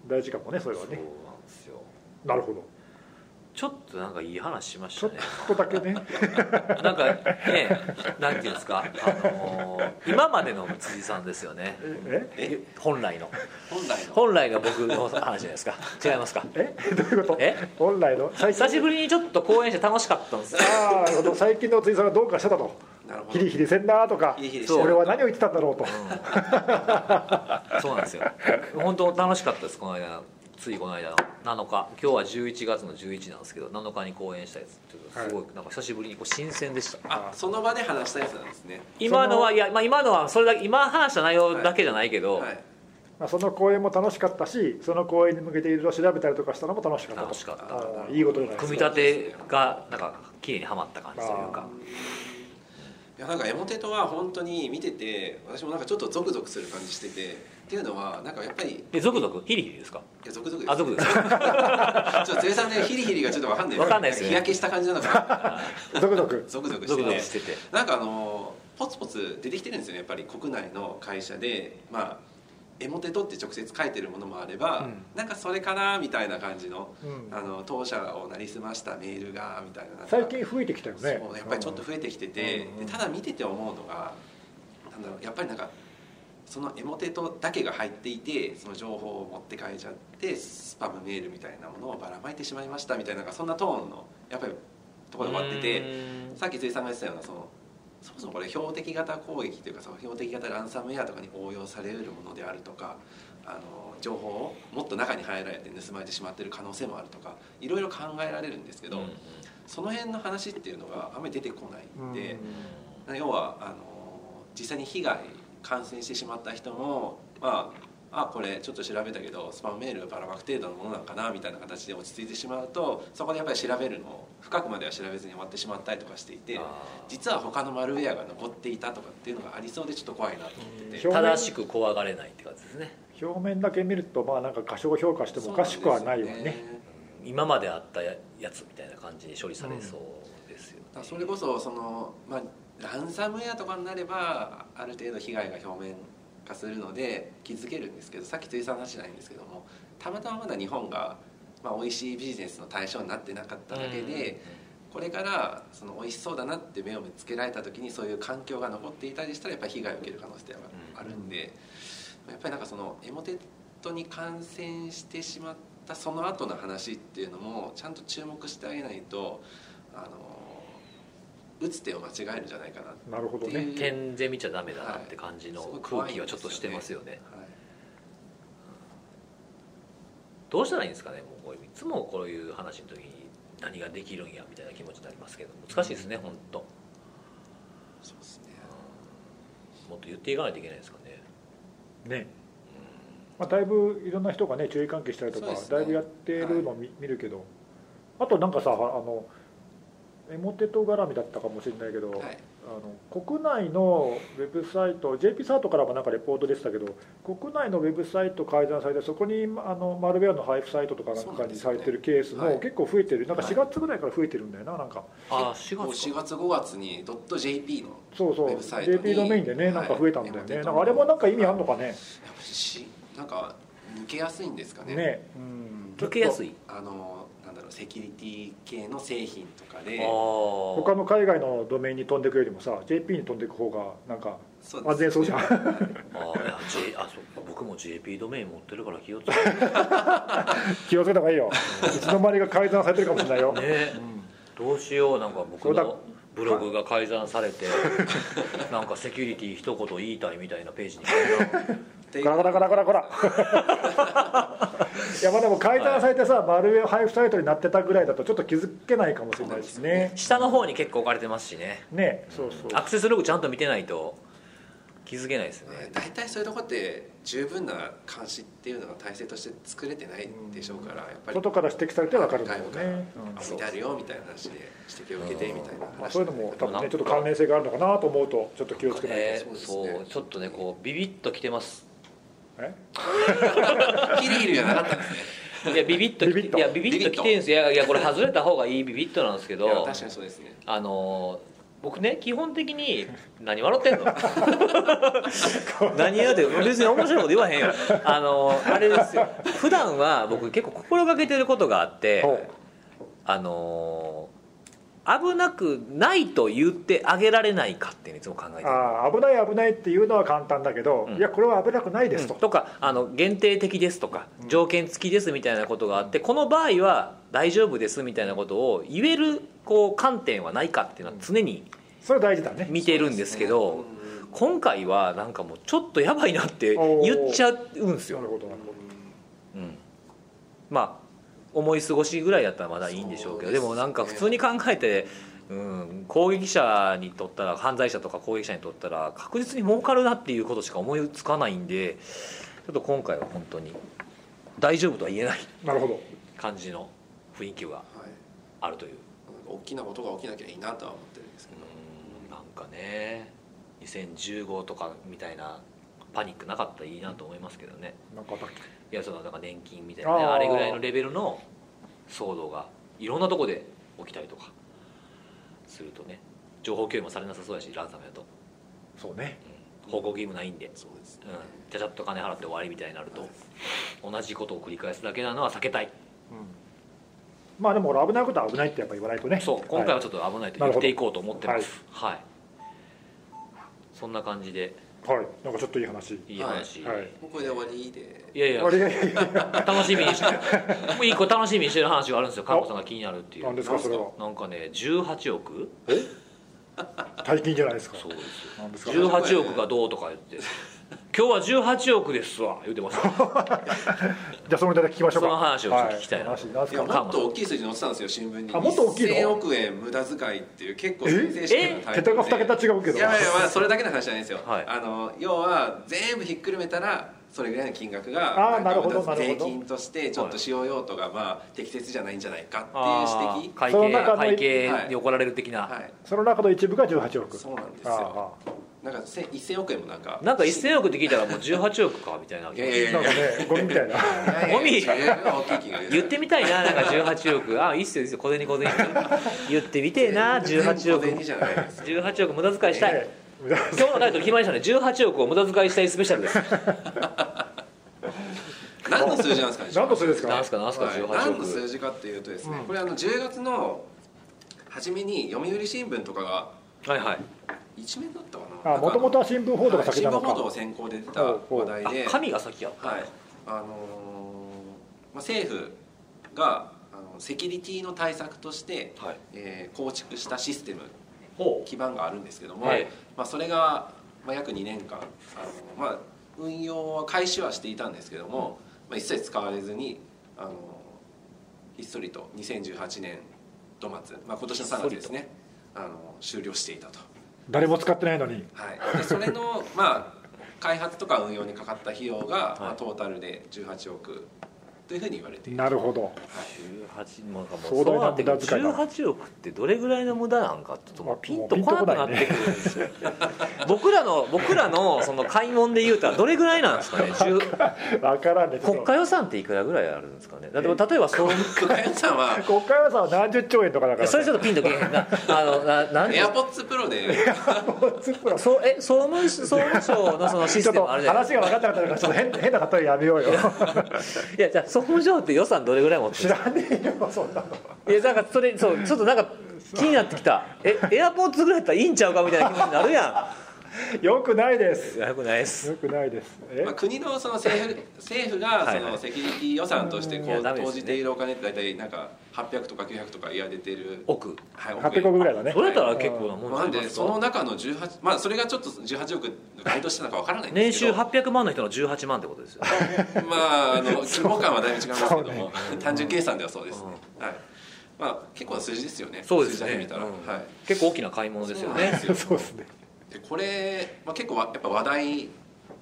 大事かもねそれはねそうなんですよなるほどちょっとなんかいい話しましちょたっねとだけね なんかねなんていうんですか、あのー今までの辻さんですよねええ本来の本来の本来の僕の話じゃないですか違いますかええどういうことえ本来の最久近しぶりにちょっと講演して楽しかったんですよああなるほど最近の辻さんがどうかしたとなるほヒどリヒリせんなーとかヒリヒリしてる俺は何を言ってたんだろうとそうなんですよ本当楽しかったですこの間ついこの間の7日今日は11月の11なんですけど7日に講演したやつちょっとすごいなんか久しぶりにこう新鮮でしたあその場で話したやつなんですね今のはいや、まあ、今のはそれだけ今話した内容だけじゃないけど、はいまあ、その公演も楽しかったしその公演に向けていろいろ調べたりとかしたのも楽しかったと楽しかったああいいことじゃないで組すみか立てがなんか綺麗にはまった感じというかいやなんかエモテトは本当に見てて私もなんかちょっとゾクゾクする感じしててっていうのはなんかやっぱりいえゾクゾクヒリヒリですかやゾクゾクですあゾクゾクちょっとゼさんねヒリヒリがちょっとわかんないわかんないですね日焼けした感じなのかゾクゾクなゾクゾクゾしクてゾクてしててなんかあのポツポツ出てきてるんですよねやっぱり国内の会社でまあエモテトって直接書いてるものもあれば、うんなんかそれかなみたいな感じの,、うんあの当社をなりすましたメールがみたいななんか最近増えてきたよねそうやっぱりちょっと増えてきてて、うんでただ見てて思うのがなんだろうやっぱりなんかそのエモテトだけが入っていてその情報を持って帰っちゃってスパムメールみたいなものをばらまいてしまいましたみたいななんかそんなトーンのやっぱりところで終わってうてーんさっき辻さんが言ってたようなそのそもそもこれ標的型攻撃というかその標的型ランサムウェアとかに応用されるものであるとかあの情報をもっと中に入られて盗まれてしまってる可能性もあるとかいろいろ考えられるんですけど。うんその辺の話っていうのがあんまり出てこないんで、要はあの実際に被害感染してしまった人もまああこれちょっと調べたけどスパムメールばらまく程度のものなんかなみたいな形で落ち着いてしまうとそこでやっぱり調べるのを深くまでは調べずに終わってしまったりとかしていてあー実は他のマルウェアが残っていたとかっていうのがありそうでちょっと怖いなと思って表て。面正しく怖がれないって感じですね表面だけ見るとまあなんか過小評価してもおかしくはないよそうなんですねよね今まであったややつみたいな感じに処理されそうですよね、だからそれこそその、まあ、ランサムウェアとかになればある程度被害が表面化するので気づけるんですけどさっき辻さんの話じゃないんですけどもたまたままだ日本が、まあ、美味しいビジネスの対象になってなかっただけで、これからその美味しそうだなって目を見つけられた時にそういう環境が残っていたりしたらやっぱり被害を受ける可能性はあるんで、やっぱりなんかそのエモテットに感染してしまったその後の話っていうのもちゃんと注目してあげないとあの打つ手を間違えるんじゃないかなっていうなるほどね点で見ちゃダメだなって感じのはいすごい空怖いんですよね気はちょっとしてますよねはいどうしたらいいんですかねもうこれいつもこういう話の時に何ができるんやみたいな気持ちになりますけど難しいですね本当そうですねもっと言っていかないといけないですかねね、まあ、だいぶいろんな人がね注意喚起したりとか、そうですねだいぶやってるのを見,、見るけどあとなんかさあのエモテト絡みだったかもしれないけど、はいあの国内のウェブサイト JP サートからもなんかレポートでしたけど国内のウェブサイト改ざんされてそこにあのマルウェアの配布サイトとかなんそうなかんでにすさよねれてるケースはもい結構増えてる、なんはかい4月ぐらいから増えてるんだよななんかあ4もう月4か月5月に .jp のそうそうウェブサイトに JP ドメインでねなんか増えたんだよね、なんかあれもなんか意味あるのかねやっぱりしなんか抜けやすいんですかねね、うん、抜けやすいあのなんだろうセキュリティ系の製品とかあで他ーの海外のドメインに飛んでいくよりもさ JP に飛んでいく方がなんかそ安全そうじゃん あーいや J- あそう僕も JP ドメイン持ってるから気をつけてね気をつけた方がいい よいつの間にか改ざんされてるかもしれないよ、どうしようなんかそ僕うだのブログが改ざんされ てなんかセキュリティ一言言いたいみたいなページに改ざんっていうガラガラガラガラガ ラいやまあでも改ざんされてさ、マルウェア配布サイトになってたぐらいだとちょっと気づけないかもしれないですね下の方に結構置かれてますしねねそうそうアクセスログちゃんと見てないと気づけないですよね大体そういうとこって十分な監視っていうのが体制として作れてないでしょうからやっぱり外から指摘されて分かるんだよ外部からね、うんあ見てあるよみたいな話で指摘を受けてみたいなまあ、話そういうのも多分ねちょっと関連性があるのかなと思うとちょっと気をつけないと、えそうーですそねうちょっとねこうビビッときてますえヒリヒリじゃなかったんですねいやビビッときビビッといやビビッときてるんですよいやいやこれ外れた方がいいビビッとなんですけいやど確かにそうですねあのー僕ね基本的 に何笑ってんの何やって 別に面白いこと言わへんよあのーあれですよ普段は僕結構心がけてることがあってほうあのー危なくないと言ってあげられないかっていうのをいつも考えてるああ危ない危ないっていうのは簡単だけど、うんいやこれは危なくないですと、とかあの限定的ですとか条件付きですみたいなことがあってこの場合は大丈夫ですみたいなことを言えるこう観点はないかっていうのは常にそれ大事だね見てるんですけどうん今回はなんかもうちょっとやばいなって言っちゃうんですなるよ、ほどなるほどうん、まあ思い過ごしぐらいだったらまだいいんでしょうけどそうでですねもなんか普通に考えて、うん、攻撃者にとったら犯罪者とか攻撃者にとったら確実に儲かるなっていうことしか思いつかないんでちょっと今回は本当に大丈夫とは言えないなるほど感じの雰囲気がはいあるという、大きなことが起きなきゃいいなとは思ってるんですけどうん、なんかね2015とかみたいなパニックなかったらいいなと思いますけどねなんかあったっいやそのなんか年金みたいなねあーあれぐらいのレベルの騒動がいろんなとこで起きたりとかするとね情報共有もされなさそうやしランサムやと、けそうねうん、報告義務ないんで、そうですねうん、ちゃちゃっと金払って終わりみたいになるはとい同じことを繰り返すだけなのは避けたいうんまあでも俺危ないことは危ないってやっぱ言わないとねそう今回はちちょっと危ないとなる言っほどていこうと思ってますはい、そんな感じでょはいなんかちょっといい話いい話、はいいもうこれで終わりでやいやあれいやいやいや楽しみ にしてもう一個楽しみにしてる話があるんですよかんこさんが気になるっていう何ですかそれはなんかね18億大金じゃないですかそうですよなんですか18億がどうとか言っ て「今日は18億ですわ」言うてましたじゃあそのネタ聞きましょうかその話をちょっと聞きたいなは話なんいすやかもっと大きい数字載ってたんですよ新聞にあもっと大きいの1000億円無駄遣いっていう結構センセーショナルなタイト桁ルがで2桁違うけどいやいやまあそれだけの話じゃないんですよ、はいあの要は全部ひっくるめたらそれぐらいの金額あがーなるほどまあなるほ税ど金としてちょっと使用用途がまあ適切じゃないんじゃないかあっていう指ー摘会その計中の会計はにい怒られる的な、はいその中の一部が18億そうなんですあよなんか1000 1000億円もなんかなんか1000億って聞いたらもう18億かみたいないやいやあなんかねゴミみたいなゴゴミ大きい金額です言ってみたいななんか18億あいいっすよいいっすよ小銭小銭言ってみてえな18億全然小銭じゃないですよ18億無駄遣いしたい、ね無駄今日のタイトル決まりましたね18億を無駄遣いしたいスペシャル です何の数字なんですかね何の数字ですか何すか何すかはい18億、何の数字かっていうとですね、これあの10月の初めに読売新聞とかがはいはい一面だったかなあもともとは新聞報道がはい先新なの聞報か、道先行で出た話題あで神が先やったはいあのーまあ、政府があのセキュリティの対策として、はいえー構築したシステムほ基盤があるんですけども、はいまあ、それが、まあ、約2年間あの、まあ、運用は開始はしていたんですけども、まあ、一切使われずにあのひっそりと2018年度末、まあ、今年の3月ですねあの終了していたと。誰も使ってないのに、はい、でそれの、 まあ、開発とか運用にかかった費用が、まはあ、いトータルで18億というふうに言われているなるほ ど、 18もうなんかもう壮そう大ななって無くる駄と遣いだ18億ってどれぐらいの無駄なんかちょっともうピンともうこなくなってくるんですよ僕らの僕らのその買い物で言うたらどれぐらいなんですか ね10わからんね、ちょ国っと家予算っていくらぐらいあるんですかねだって例えばそう久我山さんは国家予算は何十兆円とかだから、それちょっとピンとけえへんなあのななんてエアポッツプロでツップラそうえ総務 総務省のそのシちょスっテとムあるじゃないです話が分かってなかったから、ちょっと変 変な例えやめよう よ、かいやじゃあ総務省って予算どれぐらい持ってるん知ですからねえよ、そんなの、いやなんかそれそうちょっとなんか気になってきたえエアポーツぐらいやったらいいんちゃうかみたいな気持ちになるやよくないですん、よくない ですよくないです、えまあ、国のその政府政府がはそいはいのセキュリティ予算としていこやうダメですね投じているお金って大体なんか800とか900とか言われてる、奥はい、 800億ぐらいだ ねそ、れやったら結構なもんまあなんじゃいでですそかの中の18まあそれがちょっと18億該当したのかわからないんで年すけ収ど800万の人の18万ってことですよ、ね、まああの規模感はだいぶ違いますけども、単純計算ではそうですね、はいまあ結構な数字ですよねそうです数字だけね見たら、うんはい結構大きな買い物ですよねそうなんですそうよですね、でこれ、まあ、結構わやっぱ話題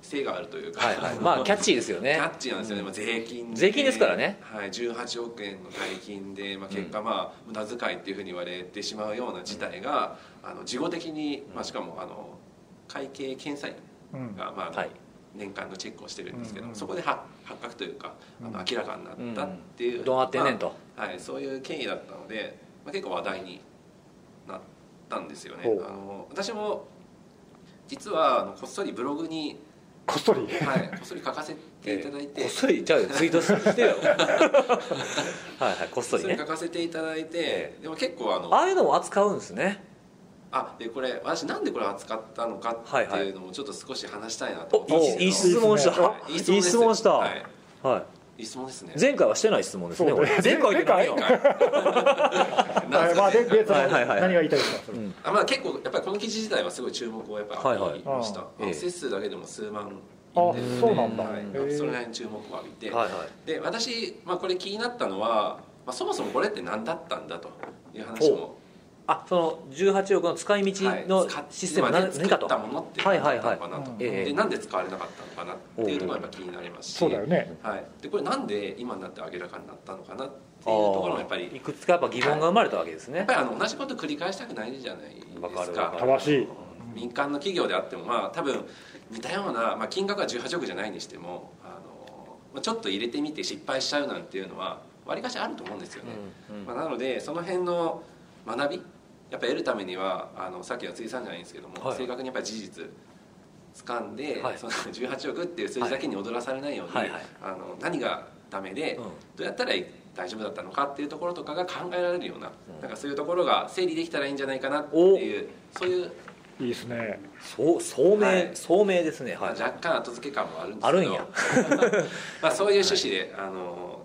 性があるというか、はいはい まあキャッチーですよキねャッチーなんですよね、まあ、税金税金ですからねはい、18億円の大金で、まあ、結果、まあ、無駄遣いっていうふうに言われてしまうような事態が、あの事後的に、まあ、しかもあの会計検査院うん、が、まああのはい年間のチェックをしてるんですけど、うんうんそこで発発覚というかあの明らかになったっていう、うんどうなってんねんと、まあはい、そういう経緯だったので、まあ、結構話題になったんですよねほうあの私も実はあのこっそりブログに、こっそり、はい、こっそり書かせていただいて、 こっそりじゃあツイート してよはいはいこっこそっりそりね書かせていただいて、えでも結構あのああいうのも扱うんですねあでこれ私なんでこれ扱ったのかっていうのもちょっと少し話したいなとお思ったんですけどいい質問しはたいいいいい質問ですしたははいいいい質問ですね前回はしてない質問ですねそうね俺前回は言ってないよ前 なんですまかあ、で、ねで、そのはいはいはい何が言いたいですか、あまあ、結構やっぱりこの記事自体はすごい注目をやっぱはいはい浴びました、うんアクセス数だけでも数万あでそうなんだ、はいへあえそれなりに注目を浴びて、はいはいで私、まあ、これ気になったのは、まあ、そもそもこれって何だったんだという話もあその18億の使い道はいの使っシステムはまあ何ね何かと作ったものってはい何だはいはったのいかなと、うんええでなんで使われなかったのかなっていうところがやっぱ気になりますしそうだよね、はい、でこれなんで今になって明らかになったのかなっていうところもやっぱりいくつかやっぱ疑問が生まれたわけですねやっぱりあの同じこと繰り返したくないじゃないわでかするかわかる正しい、民間の企業であってもまあ多分似たような、まあ、金額は18億じゃないにしてもあの、まあ、ちょっと入れてみて失敗しちゃうなんていうのはわりかしあると思うんですよね、うんうんまあ、なのでその辺の学びやっぱ得るためにはあのさっきは辻さんじゃないんですけども、はい正確にやっぱり事実掴んで、はいその18億っていう数字だけに踊らされないように、はいはいあの何がダメで、うんどうやったら大丈夫だったのかっていうところとかが考えられるような,、なんかそういうところが整理できたらいいんじゃないかなっていうそういういいですね、そう聡明、はい聡明ですねまあはい若干後付け感もあるんですあけどるんや まあ、そういう趣旨で、あの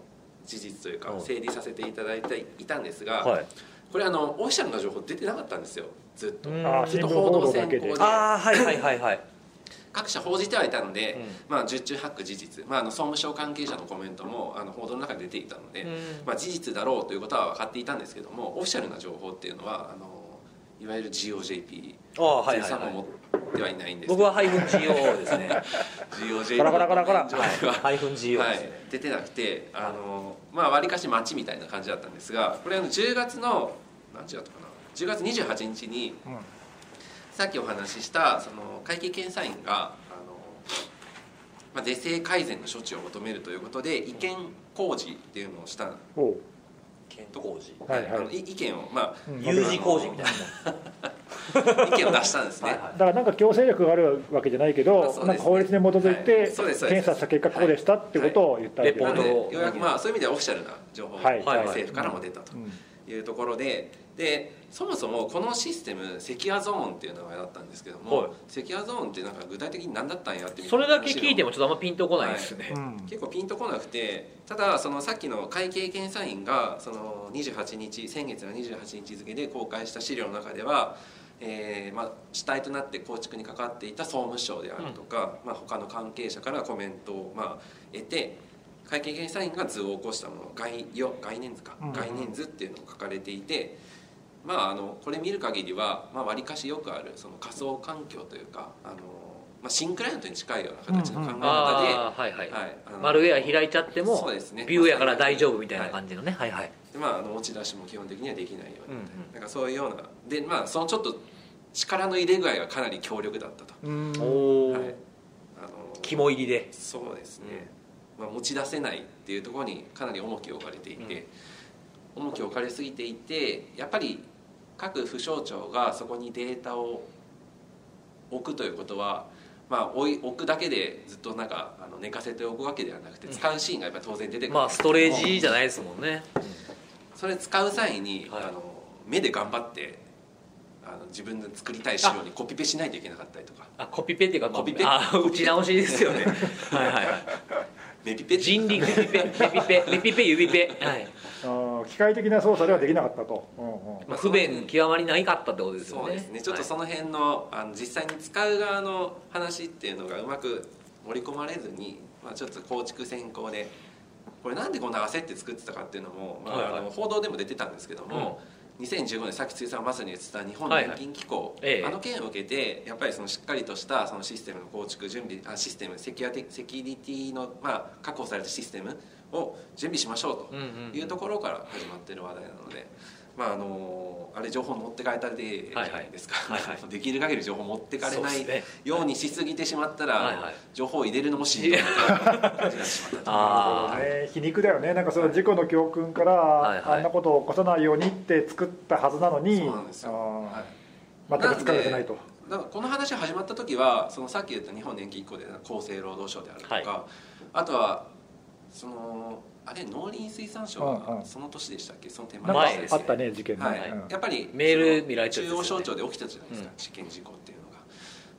事実というかうん整理させていただいていたんですが、はいこれあのオフィシャルな情報出てなかったんですよずっとうんあーち新ょ聞っと報報道道だ先けで行。でああはいはいはいはい各社報じてはいたのうでん、まあ、十中八九事実、まあ、あの総務省関係者のコメントもあの報道の中で出ていたので、うんまあ、事実だろうということは分かっていたんですけどもオフィシャルな情報っていうのはあのいわゆる GOJP ああはいはい、さんもはい、持ってはいないんですけど僕はハイフン GO ですね GOJP カラカラカラカラの現状ではハイフン GO はでいすね、、出てなくてあのまあわりかし待ちみたいな感じだったんですがこれあの10月の何時だったかな10月28日にうんさっきお話ししたその会計検査院があの、まあ、是正改善の処置を求めるということで意見工事っていうのをした、おう検討工事はいはいあのい意見をまうん U 字工事みたいなあ意見を出したんですね はいはいだからなんか強制力があるわけじゃないけど、あそうですねなんか法律に基づいて、はいそうですそうです検査した結果ここでしたってことを言ったわけはでなすのでね、ようやくまあそういう意味ではオフィシャルな情報がはいはい政府からも出たうとんいうところででそもそもこのシステムセキュアゾーンっていう名前だったんですけども、はいセキュアゾーンってなんか具体的に何だったんやってそれだけ聞いてももちょっとあんまピンとこないですね、うん結構ピンとこなくてただそのさっきの会計検査院がその28日先月の28日付で公開した資料の中では、えーまあ、主体となって構築にかかっていた総務省であるとか、まあ、他の関係者からコメントを、まあ、得て会計検査院が図を起こしたもの概要概念図か、うん概念図っていうのが書かれていて。まあ、あのこれ見る限りはまあ、割かしよくあるその仮想環境というかあの、まあ、新クライアントに近いような形の考え方で、ああはいはい、はいあのマルウェア開いちゃってもそうですねビューやから大丈夫みたいな感じのね、はい、はいでまあ、あの持ち出しも基本的にはできないよううんに、うんなんかそういうようなでまあそのちょっと力の入れ具合がかなり強力だったと、うんおお、はいあの肝入りでそうですね、まあ、持ち出せないっていうところにかなり重きを置かれていて、重きを置かれすぎていてやっぱり各府省庁がそこにデータを置くということは、まあ、置い置くだけでずっとなんかあの寝かせておくわけではなくて使うシーンがやっぱ当然出てくる、まあストレージじゃないですもんね、それ使う際に、はいあの目で頑張ってあの自分の作りたい資料にコピペしないといけなかったりとかあコピペっていうか、まあコピペあ打ち直しですよねはいはいはいメピペ人力ピペピペピペピペ指ペ、はい、あー機械的な操作ではできなかったと、うんうんまあ不便極まりないかったってことですよねそうですねちょっとその辺の,、あの実際に使う側の話っていうのがうまく盛り込まれずに、まあ、ちょっと構築先行でこれなんでこんな焦って作ってたかっていうのも、まあはいはいあの報道でも出てたんですけども、2015年さっき辻さんまさに言ってた日本年金機構、いはいええあの件を受けてやっぱりそのしっかりとしたそのシステムの構築準備あシステムセキュアティセキュリティの、まあ、確保されたシステムを準備しましょうと。うんうんいうところから始まってる話題なので、まああのあれ情報持って帰ったでじゃないですか、はいはいはい できる限り情報持ってかれなそういですねようにしすぎてしまったら、はいはい情報を入れるのもしんどいみたいな感じになってしまったとああ、ね、皮肉だよねなんかその事故の教訓から、いはいあんなことを起こさないようにって作ったはずなのにそうなんですよあーはい全く使われてないとだからこの話始まった時はそのさっき言った日本年金機構で厚生労働省であるとか、はあとはそのあれ農林水産省うんうがんその年でしたっけその手なん前か前ですあねったね事件ね、はいうんやっぱりメールその見られちゃうやつ中ですよ央ね省庁で起きたじゃないですか、うん試験事故っていうのが、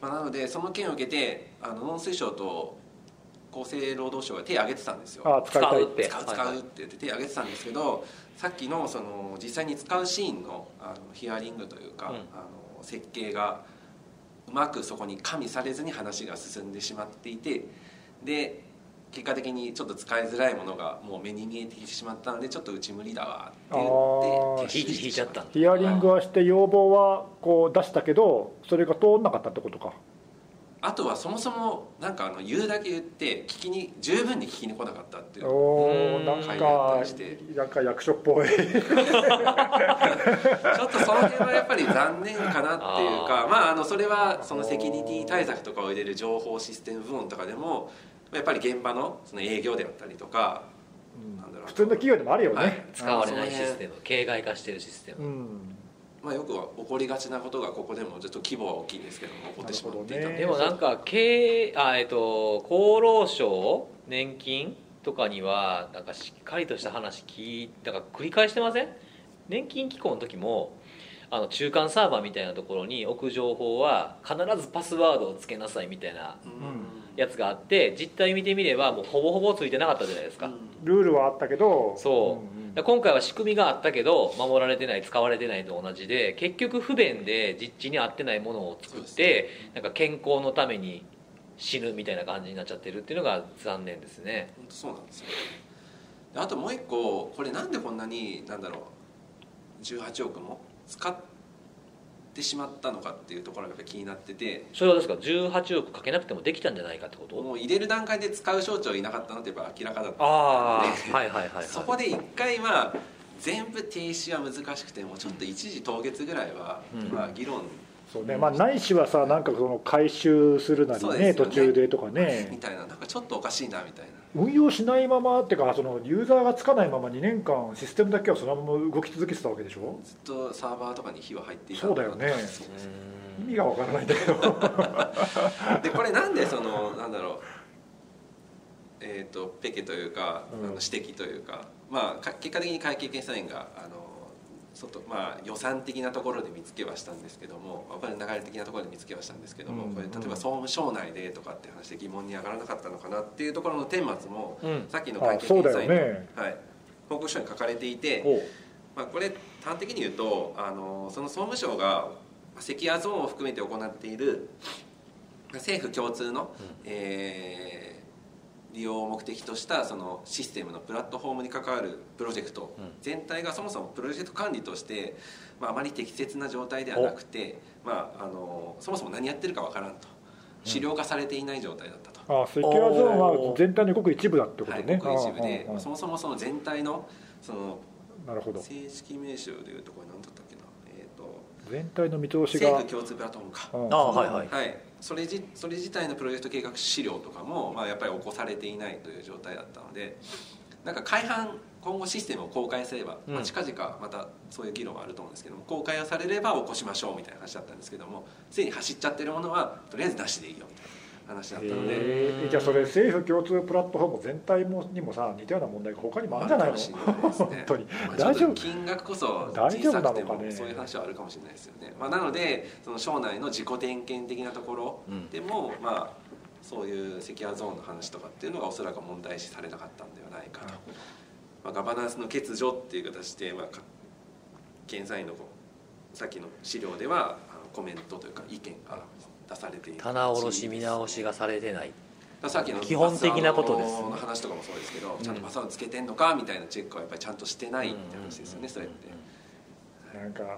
まあ、なのでその件を受けてあの農水省と厚生労働省が手を挙げてたんですよああ使いたい使うって使う使うって言って手を挙げてたんですけどさっきのその実際に使うシーンのあのヒアリングというか、うんあの設計がうまくそこに加味されずに話が進んでしまっていてで結果的にちょっと使いづらいものがもう目に見えてきてしまったのでちょっとうち無理だわって言あってー引い引いちゃったんだヒアリングはして要望はこう出したけどそれが通んなかったってことかあとはそもそもなんかあの言うだけ言って聞きに十分に聞きに来なかったっていうおーなん会議だったかりしてなんか役所っぽいちょっとその辺はやっぱり残念かなっていうかあーまああのそれはそのセキュリティ対策とかを入れる情報システム部門とかでもやっぱり現場のその営業であったりとかなんだろう普通の企業でもあるよね、はい使われないシステム形骸化してるシステム、うんまあよくは起こりがちなことがここでもちょっと規模は大きいんですけども起こってしまっていたのなでるでほもなんか経営あえっと厚労省年金とかにはなんかしっかりとした話聞いなんか繰り返してません年金機構の時もあの中間サーバーみたいなところに置く情報は必ずパスワードをつけなさいみたいなうんやつがあって実態見てみればもうほぼほぼついてなかったじゃないですか,、ルールはあったけどそんんだから今回は仕組みがあったけど守られてない使われてないと同じで結局不便で実地に合ってないものを作っそうて、なんか健康のために死ぬみたいな感じになっちゃってるっていうのが残念ですね本当そうなんですよであともう一個これなんでこんなになんだろう18億も使ってしまったのかっていうところがやっぱ気になっててそれはですか18億かけなくてもできたんじゃないかってこともう入れる段階で使う省庁いなかったのってやっぱ明らかだった、ああ はいはいはい、はい、そこで一回まあ全部停止は難しくてもちょっと一時凍結ぐらいは、うんまあ、議論そうねまあ、ないしはさなんかその回収するなりそうねですよ途ね中でとかみねたいななんかちょっとおかしいなみたいな運用しないままっていうかそのユーザーがつかないまま2年間システムだけはそのまま動き続けてたわけでしょずっとサーバーとかに火は入っていたそうだよねそう意味がわからないんだけどでこれなんでそのなんだろうえー、とペケというか、うんあの指摘というか、まあ、か結果的に会計検査院があの外まあ、予算的なところで見つけはしたんですけどもやっぱり流れ的なところで見つけはしたんですけども、うんこれ例えば総務省内でとかって話で疑問に上がらなかったのかなっていうところの顛末も、うんさっきのあ会計そう検だよ査の、ねはい、報告書に書かれていて、ほうまあ、これ端的に言うとあのその総務省がセキュアゾーンを含めて行っている政府共通の、えー利用を目的としたそのシステムのプラットフォームに関わるプロジェクト、うん全体がそもそもプロジェクト管理として、まあ、あまり適切な状態ではなくて、まあ、あのそもそも何やってるかわからんと資料化されていない状態だったと。あセキュアゾーンは全体のごく一部だってことはい、ね、ごく一部でああああそもそもその全体のそのなるほど正式名称でいうとこれ何だったっけな、えー、と全体の見通し政が府共通プラットフォームか、うんああはいはいはい、それじそれ自体のプロジェクト計画資料とかも、まあ、やっぱり起こされていないという状態だったのでなんか改版今後システムを公開すれば、まうあ、ん近々またそういう議論はあると思うんですけども公開をされれば起こしましょうみたいな話だったんですけどもすでに走っちゃってるものはとりあえず出しでいいよみたいな話だったので。えーじゃあそれ政府共通プラットフォーム全体もにもさ似たような問題が他にもあるんじゃないのあるかもしれないですね 本当にま大あち丈ょっと夫金額こそ大丈小夫なさのかくねてもそういう話はあるかもしれないですよね、まあ、なのでその省内の自己点検的なところうんでも、まあそういうセキュアゾーンの話とかっていうのがおそらく問題視されなかったんではないかと、まあ、ガバナンスの欠如っていう形で、まあ、か検査員のこうさっきの資料ではあのコメントというか意見が出されている棚卸し見直しがされてないさっきの基本的なことですバスの話とかもそうですけど、ちゃんとパスワードつけてんのかみたいなチェックはやっぱりちゃんとしてないって話ですよね、それって。なんか、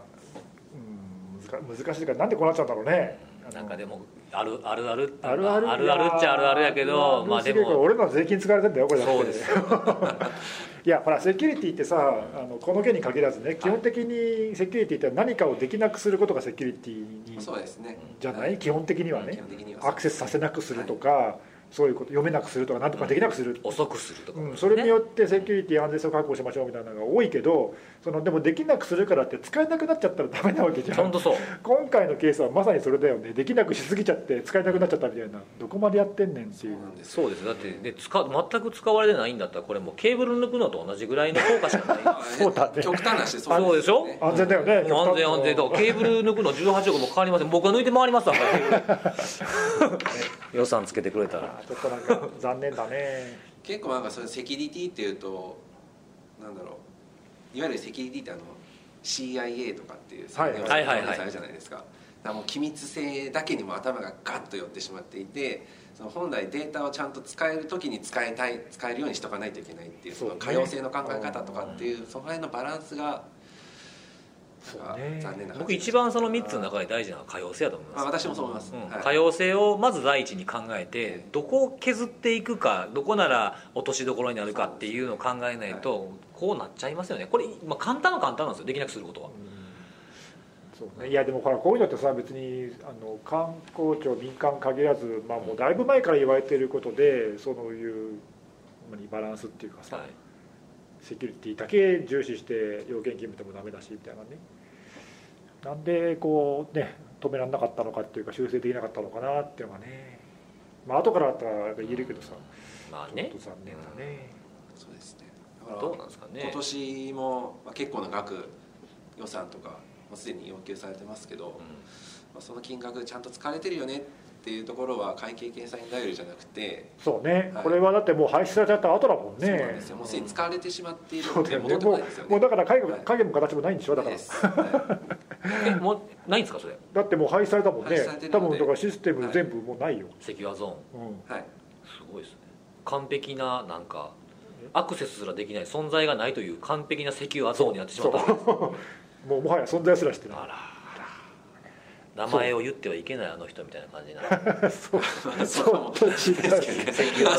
うん、難難しいからなんでこうなっちゃうんだろうねなんかでももあるあるあるってあるあるあるあるっちゃあるあるやけどまあでも俺らの税金使われてんだよこれだってそうです いやほらセキュリティってさあのこの件に限らずね基本的にセキュリティって何かをできなくすることがセキュリティにそうですね。じゃなはい基本的には基ね本的にはそうアクセスさせなくするとか、そういうこと読めなくするとかなんとかできなくする、遅くするとかうん、それによってセキュリティ安全性を確保しましょうみたいなのが多いけどそのでもできなくするからって使えなくなっちゃったらダメなわけじゃ本ん当そう今回のケースはまさにそれだよねできなくしすぎちゃって使えなくなっちゃったみたいなどこまでやってんねんっていうそうなんですよ。そうですだってね使う全く使われてないんだったらこれもうケーブル抜くのと同じぐらいの効果し かないそうだね極端な話でそうでしょ安全だよねもう安全安全ととケーブル抜くの18億もかかりません僕が抜いて回りますわこれケーブル予算つけてくれたらちょっとなんか残念だね結構なんかそれセキュリティっていうとなんだろういわゆるセキュリティってあの CIA とかっていうはい専門はいはいはいあるじゃないですか。だからもう機密性だけにも頭がガッと寄ってしまっていてその本来データをちゃんと使える時に使いたい使えるようにしとかないといけないっていうそのそうね可用性の考え方とかっていうその辺のバランスがそうなんかね残念な感じ僕一番その3つの中で大事なのは可用性だと思いまあます私もそう思います、うんはい可用性をまず第一に考えてどこを削っていくかどこなら落としどころになるかっていうのを考えないとこうなっちゃいますよねこれ、まあ、簡単は簡単なんですよできなくすることはそうね、いやでもほらこういうのってさ別にあの観光庁民間限らず、まあ、もうだいぶ前から言われていることでそういう何バランスっていうかさ、はいセキュリティだけ重視して要件決めてもダメだしみたいなねなんでこうね止められなかったのかっていうか修正できなかったのかなっていうのがねまあ後からだったらやっぱ言えるけどさまあちょっねと残念だね、そうですねだからどうなんですかね今年もまあ結構な額予算とかもうすでに要求されてますけど、まあ、その金額ちゃんと使われてるよねっていうところは会計検査院頼りじゃなくて、そうね、はいこれはだってもう廃止されちゃった後だもんねそうなんですよもうすでに使われてしまっているそのうだでよね戻ってもこうないですよねもうだから影もはい影も形もないんでしょだかならいですはいえもうないんですかそれだってもう廃止されたもんね廃止されてる多ので分だからシステム全部もうないよ、セキュアゾーンうんはいすごいですね完璧ななんかアクセスすらできない存在がないという完璧なセキュアゾーンになってしまったもうもはや存在すらしてなあら名前を言ってはいけないあの人みたいな感じになるいそうまあそうそう かもしれないですけど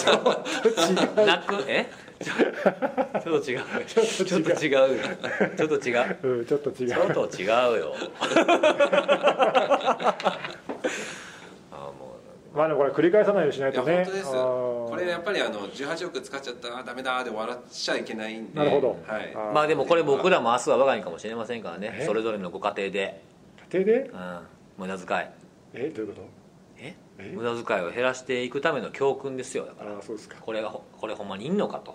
ね泣くえちょっと違うちょっと違うちょっと違ううん ちょっと違ちうょっと違うよあもまあでもこれ繰り返さないようにしないいやと本ね当ですあーこれやっぱりあの18億使っちゃったあダメだで終わらしちゃいけないんでなるほどはい、あうまあでもこれ僕らも明日は我が家かもしれませんからねえそれぞれのご家庭で、家庭でうん、無駄遣いえどういうことねえ無駄遣いを減らしていくための教訓ですよだあからーそうですかこれがほこれほんまにいんのか と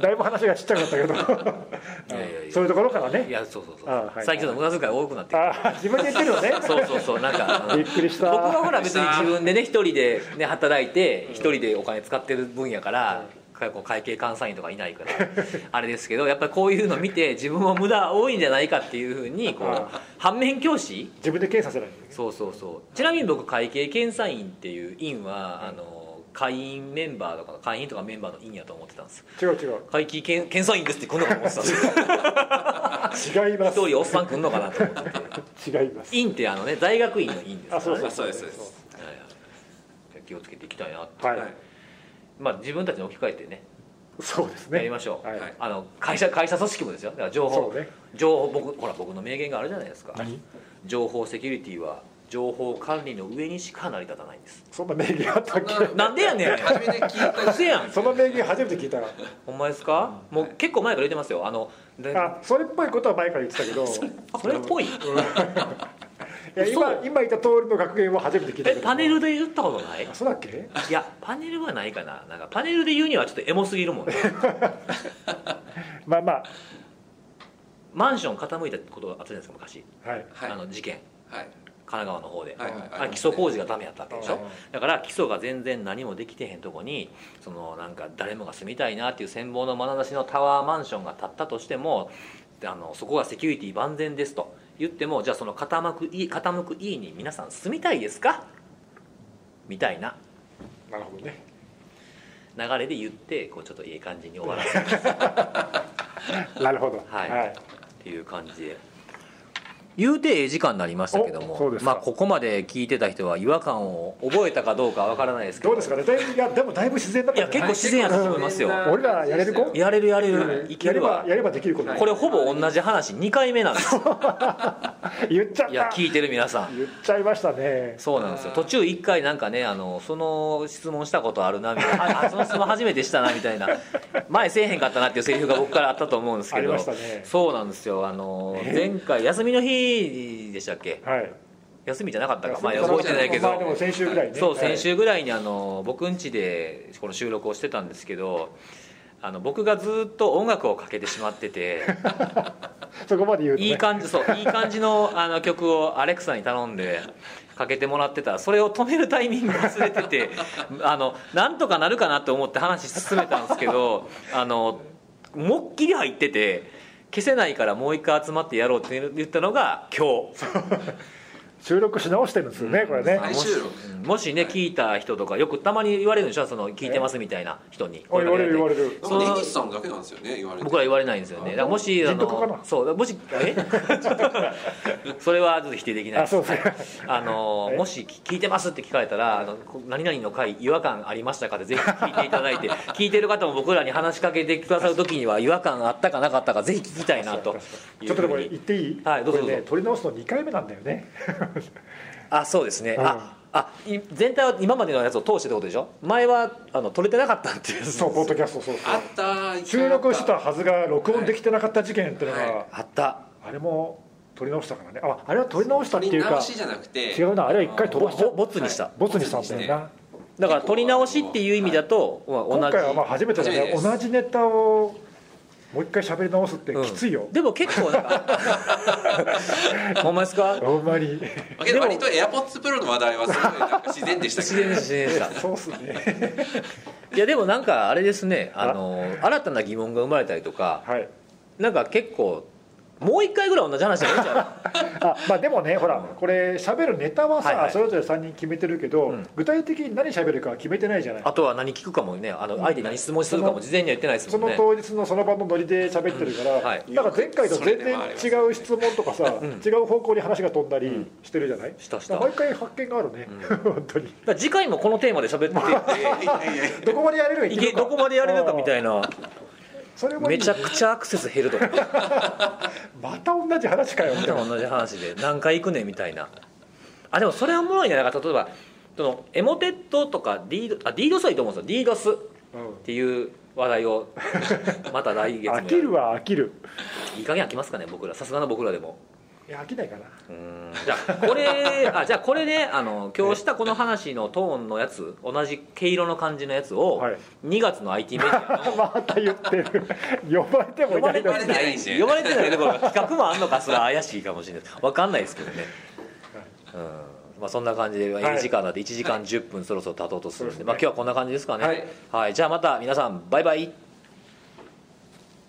だいぶ話がちっちゃくなったけどいやいやい やそういうところからいねやそうそうそう、あはい最近ちょっと無駄遣い多くなってあー自分で言ってるのねきて そうそうそうなんかあのびっくりした僕はほら別に自分でね一人でね働いて一人でお金使ってる分やからかこう会計監査員とかいないから あれですけどやっぱりこういうの見て自分は無駄多いんじゃないかっていうふうにこうあ反面教師自分で計算せないのねそうそうそうちなみに僕会計検査員っていう員はあの会員メンバーとか会員とかメンバーの員やと思ってたんです違う違う会計検検査員ですってこんなこと思ってたん ですよ違いま一す人おっさん来んのかなと 思って違います員ってあのね大学院の員ですから、ね、あそうそうあそうですそうですはいはい気をつけていきたいなってはい、はいまあ、自分たちに置き換えてねそうですやねりましょう、はい、はいあの会社会社組織もですよだから情報、そうね情報僕ほら僕の名言があるじゃないですか何情報セキュリティは情報管理の上にしか成り立たないん ですそんな名義あったっけなんでやねん初めて聞いた嘘やんその名義初めて聞いたほんまですかもう結構前から言ってますよあのであそれっぽいことは前から言ってたけどそれっぽいいや今今言った通りの学言は初めて聞いたけえどパネルで言ったことないあそうだっけいやパネルはないかななんかパネルで言うにはちょっとエモすぎるも んねまあまマンション傾いたことがあったじゃないですか昔、あはいはいあの事件はい神奈川の方で、はいはいあれ基礎工事がダメやったわけでしうょんだから基礎が全然何もできてへんとこにそのなんか誰もが住みたいなっていう羨望の眼差しのタワーマンションが建ったとしてもあのそこがセキュリティ万全ですと言ってもじゃあその傾く家傾く家に皆さん住みたいですかみたいななるほどね流れで言ってこうちょっといい感じに終わらせるなるほどはいはいっていう感じで言うてええ時間になりましたけどおそうもですかまあここまで聞いてた人は違和感を覚えたかどうかわからないですけどどうですかねだいぶいやでもだいぶ自然だったんじゃないいや結構自然やと思いますよ俺らやれる子やれるやれるいけやるれわばやればできることこれほぼ同じ話2回目なんです よ言っちゃっいやた聞いてる皆さん言っちゃいましたねそうなんですよあー途中1回なんかねあのその質問したことあるなみたいなああその質問初めてしたなみ たいな前せえへんかったなっていうセリフが僕からあったと思うんですけありど、ましたねそうなんですよあの前回休みの日でしたっけはい休みじゃなかったかまあ前覚えてないけどまあでも先週ぐらいねそう先は週ぐらいにあの僕ん家でこの収録をしてたんですけどあの僕がずっと音楽をかけてしまってていそこまで言うとねいい感じそういい感じのあの曲をアレクサに頼んでかけてもらってたらそれを止めるタイミング忘れてて あのなんとかなるかなと思って話進めたんですけど あのもっきり入ってて。消せないからもう一回集まってやろうって言ったのが今日収録し直してるんですよねこれねも最し終録うんもしね聞いた人とかよくたまに言われるんでしょその聞いてますみたいな人にお言われる言われるその根岸さんだけなんですよね言われて僕ら言われないんですよねだからもしあ人徳かのなそうもしえ それはちょっと否定できないあですそうですねあのえもし聞いてますって聞かれたら「あのこ何々の回違和感ありましたか?」でぜひ聞いていただいて 聞いてる方も僕らに話しかけてくださる時には違和感あったかなかったかぜひ聞きたいなといちょうっとでふもう言っにていい、はいどうぞどうぞこれね取り直すの2回目なんだよねあそうですねああい全体は今までのやつを通してってことでしょ前はあの取れてなかったっていうそうポッドキャストそうそあうったー収録してたはずが録音できてなかった事件っていうのが、はあったあれも取り直したからねああれは取り直したって取いうりか直しじゃなくて違うなあれは1回飛ばしちゃぼボボツにした、ボツにしたんだよなだから取り直しっていう意味だと、まあ今同回じはまあ初めてだ初めねてです同じネタをもう一回喋り直すってうんきついよ、でも結構なん かほんまですかあんまりまあけど割と AirPods Pro の話題はすごいなんか自然でし た自け然どでした自然で しそうっすねたいやでもなんかあれですねあの新たな疑問が生まれたりとかはいなんか結構もう一回ぐらい同じ話じゃないんじゃないあまあでもねほらこれ喋るネタはさ、はいはいそれぞれ3人決めてるけど、うん具体的に何喋るかは決めてないじゃ ないあとは何聞くかもねあの相手に何質問するかも事前には言ってないですそもんのね当日のその場のノリで喋ってるから、うんはいだから前回と全然違う質問とかさ、ん違う方向に話が飛んだりしてるじゃない、したした毎回発見があるね、 本当にだから次回もこのテーマで喋っ いやいやいやどこまでやれるてか いけどこまでやれるかみたないなそれもいいめちゃくちゃアクセス減るとかまた同じ話かよみたいな同じ話で何回行くねんみたいなあでもそれはおもろいねなんか例えばそのエモテットとかディードあディードスはいいと思うんですよディードスっうんていう話題 をまた来月もや飽きるは飽きるいい加減飽きますかね僕らさすがの僕らでもいや飽きないかなうんじゃあこれ あじゃあこれねあの今日したこの話のトーンのやつ同じ毛色の感じのやつをはい2月の IT メディア のまた言ってる呼ばれても呼いばなれいてのにてなないいんんでで呼ばれてないところが企画もあんのかすら怪しいかもしれないわかんないですけどねうんまあそんな感じでいいい時間なんで1時間10分そろそろ経とうとするそうんで、ですねまあ今日はこんな感じですかねはい、はい、じゃあまた皆さんバイバイ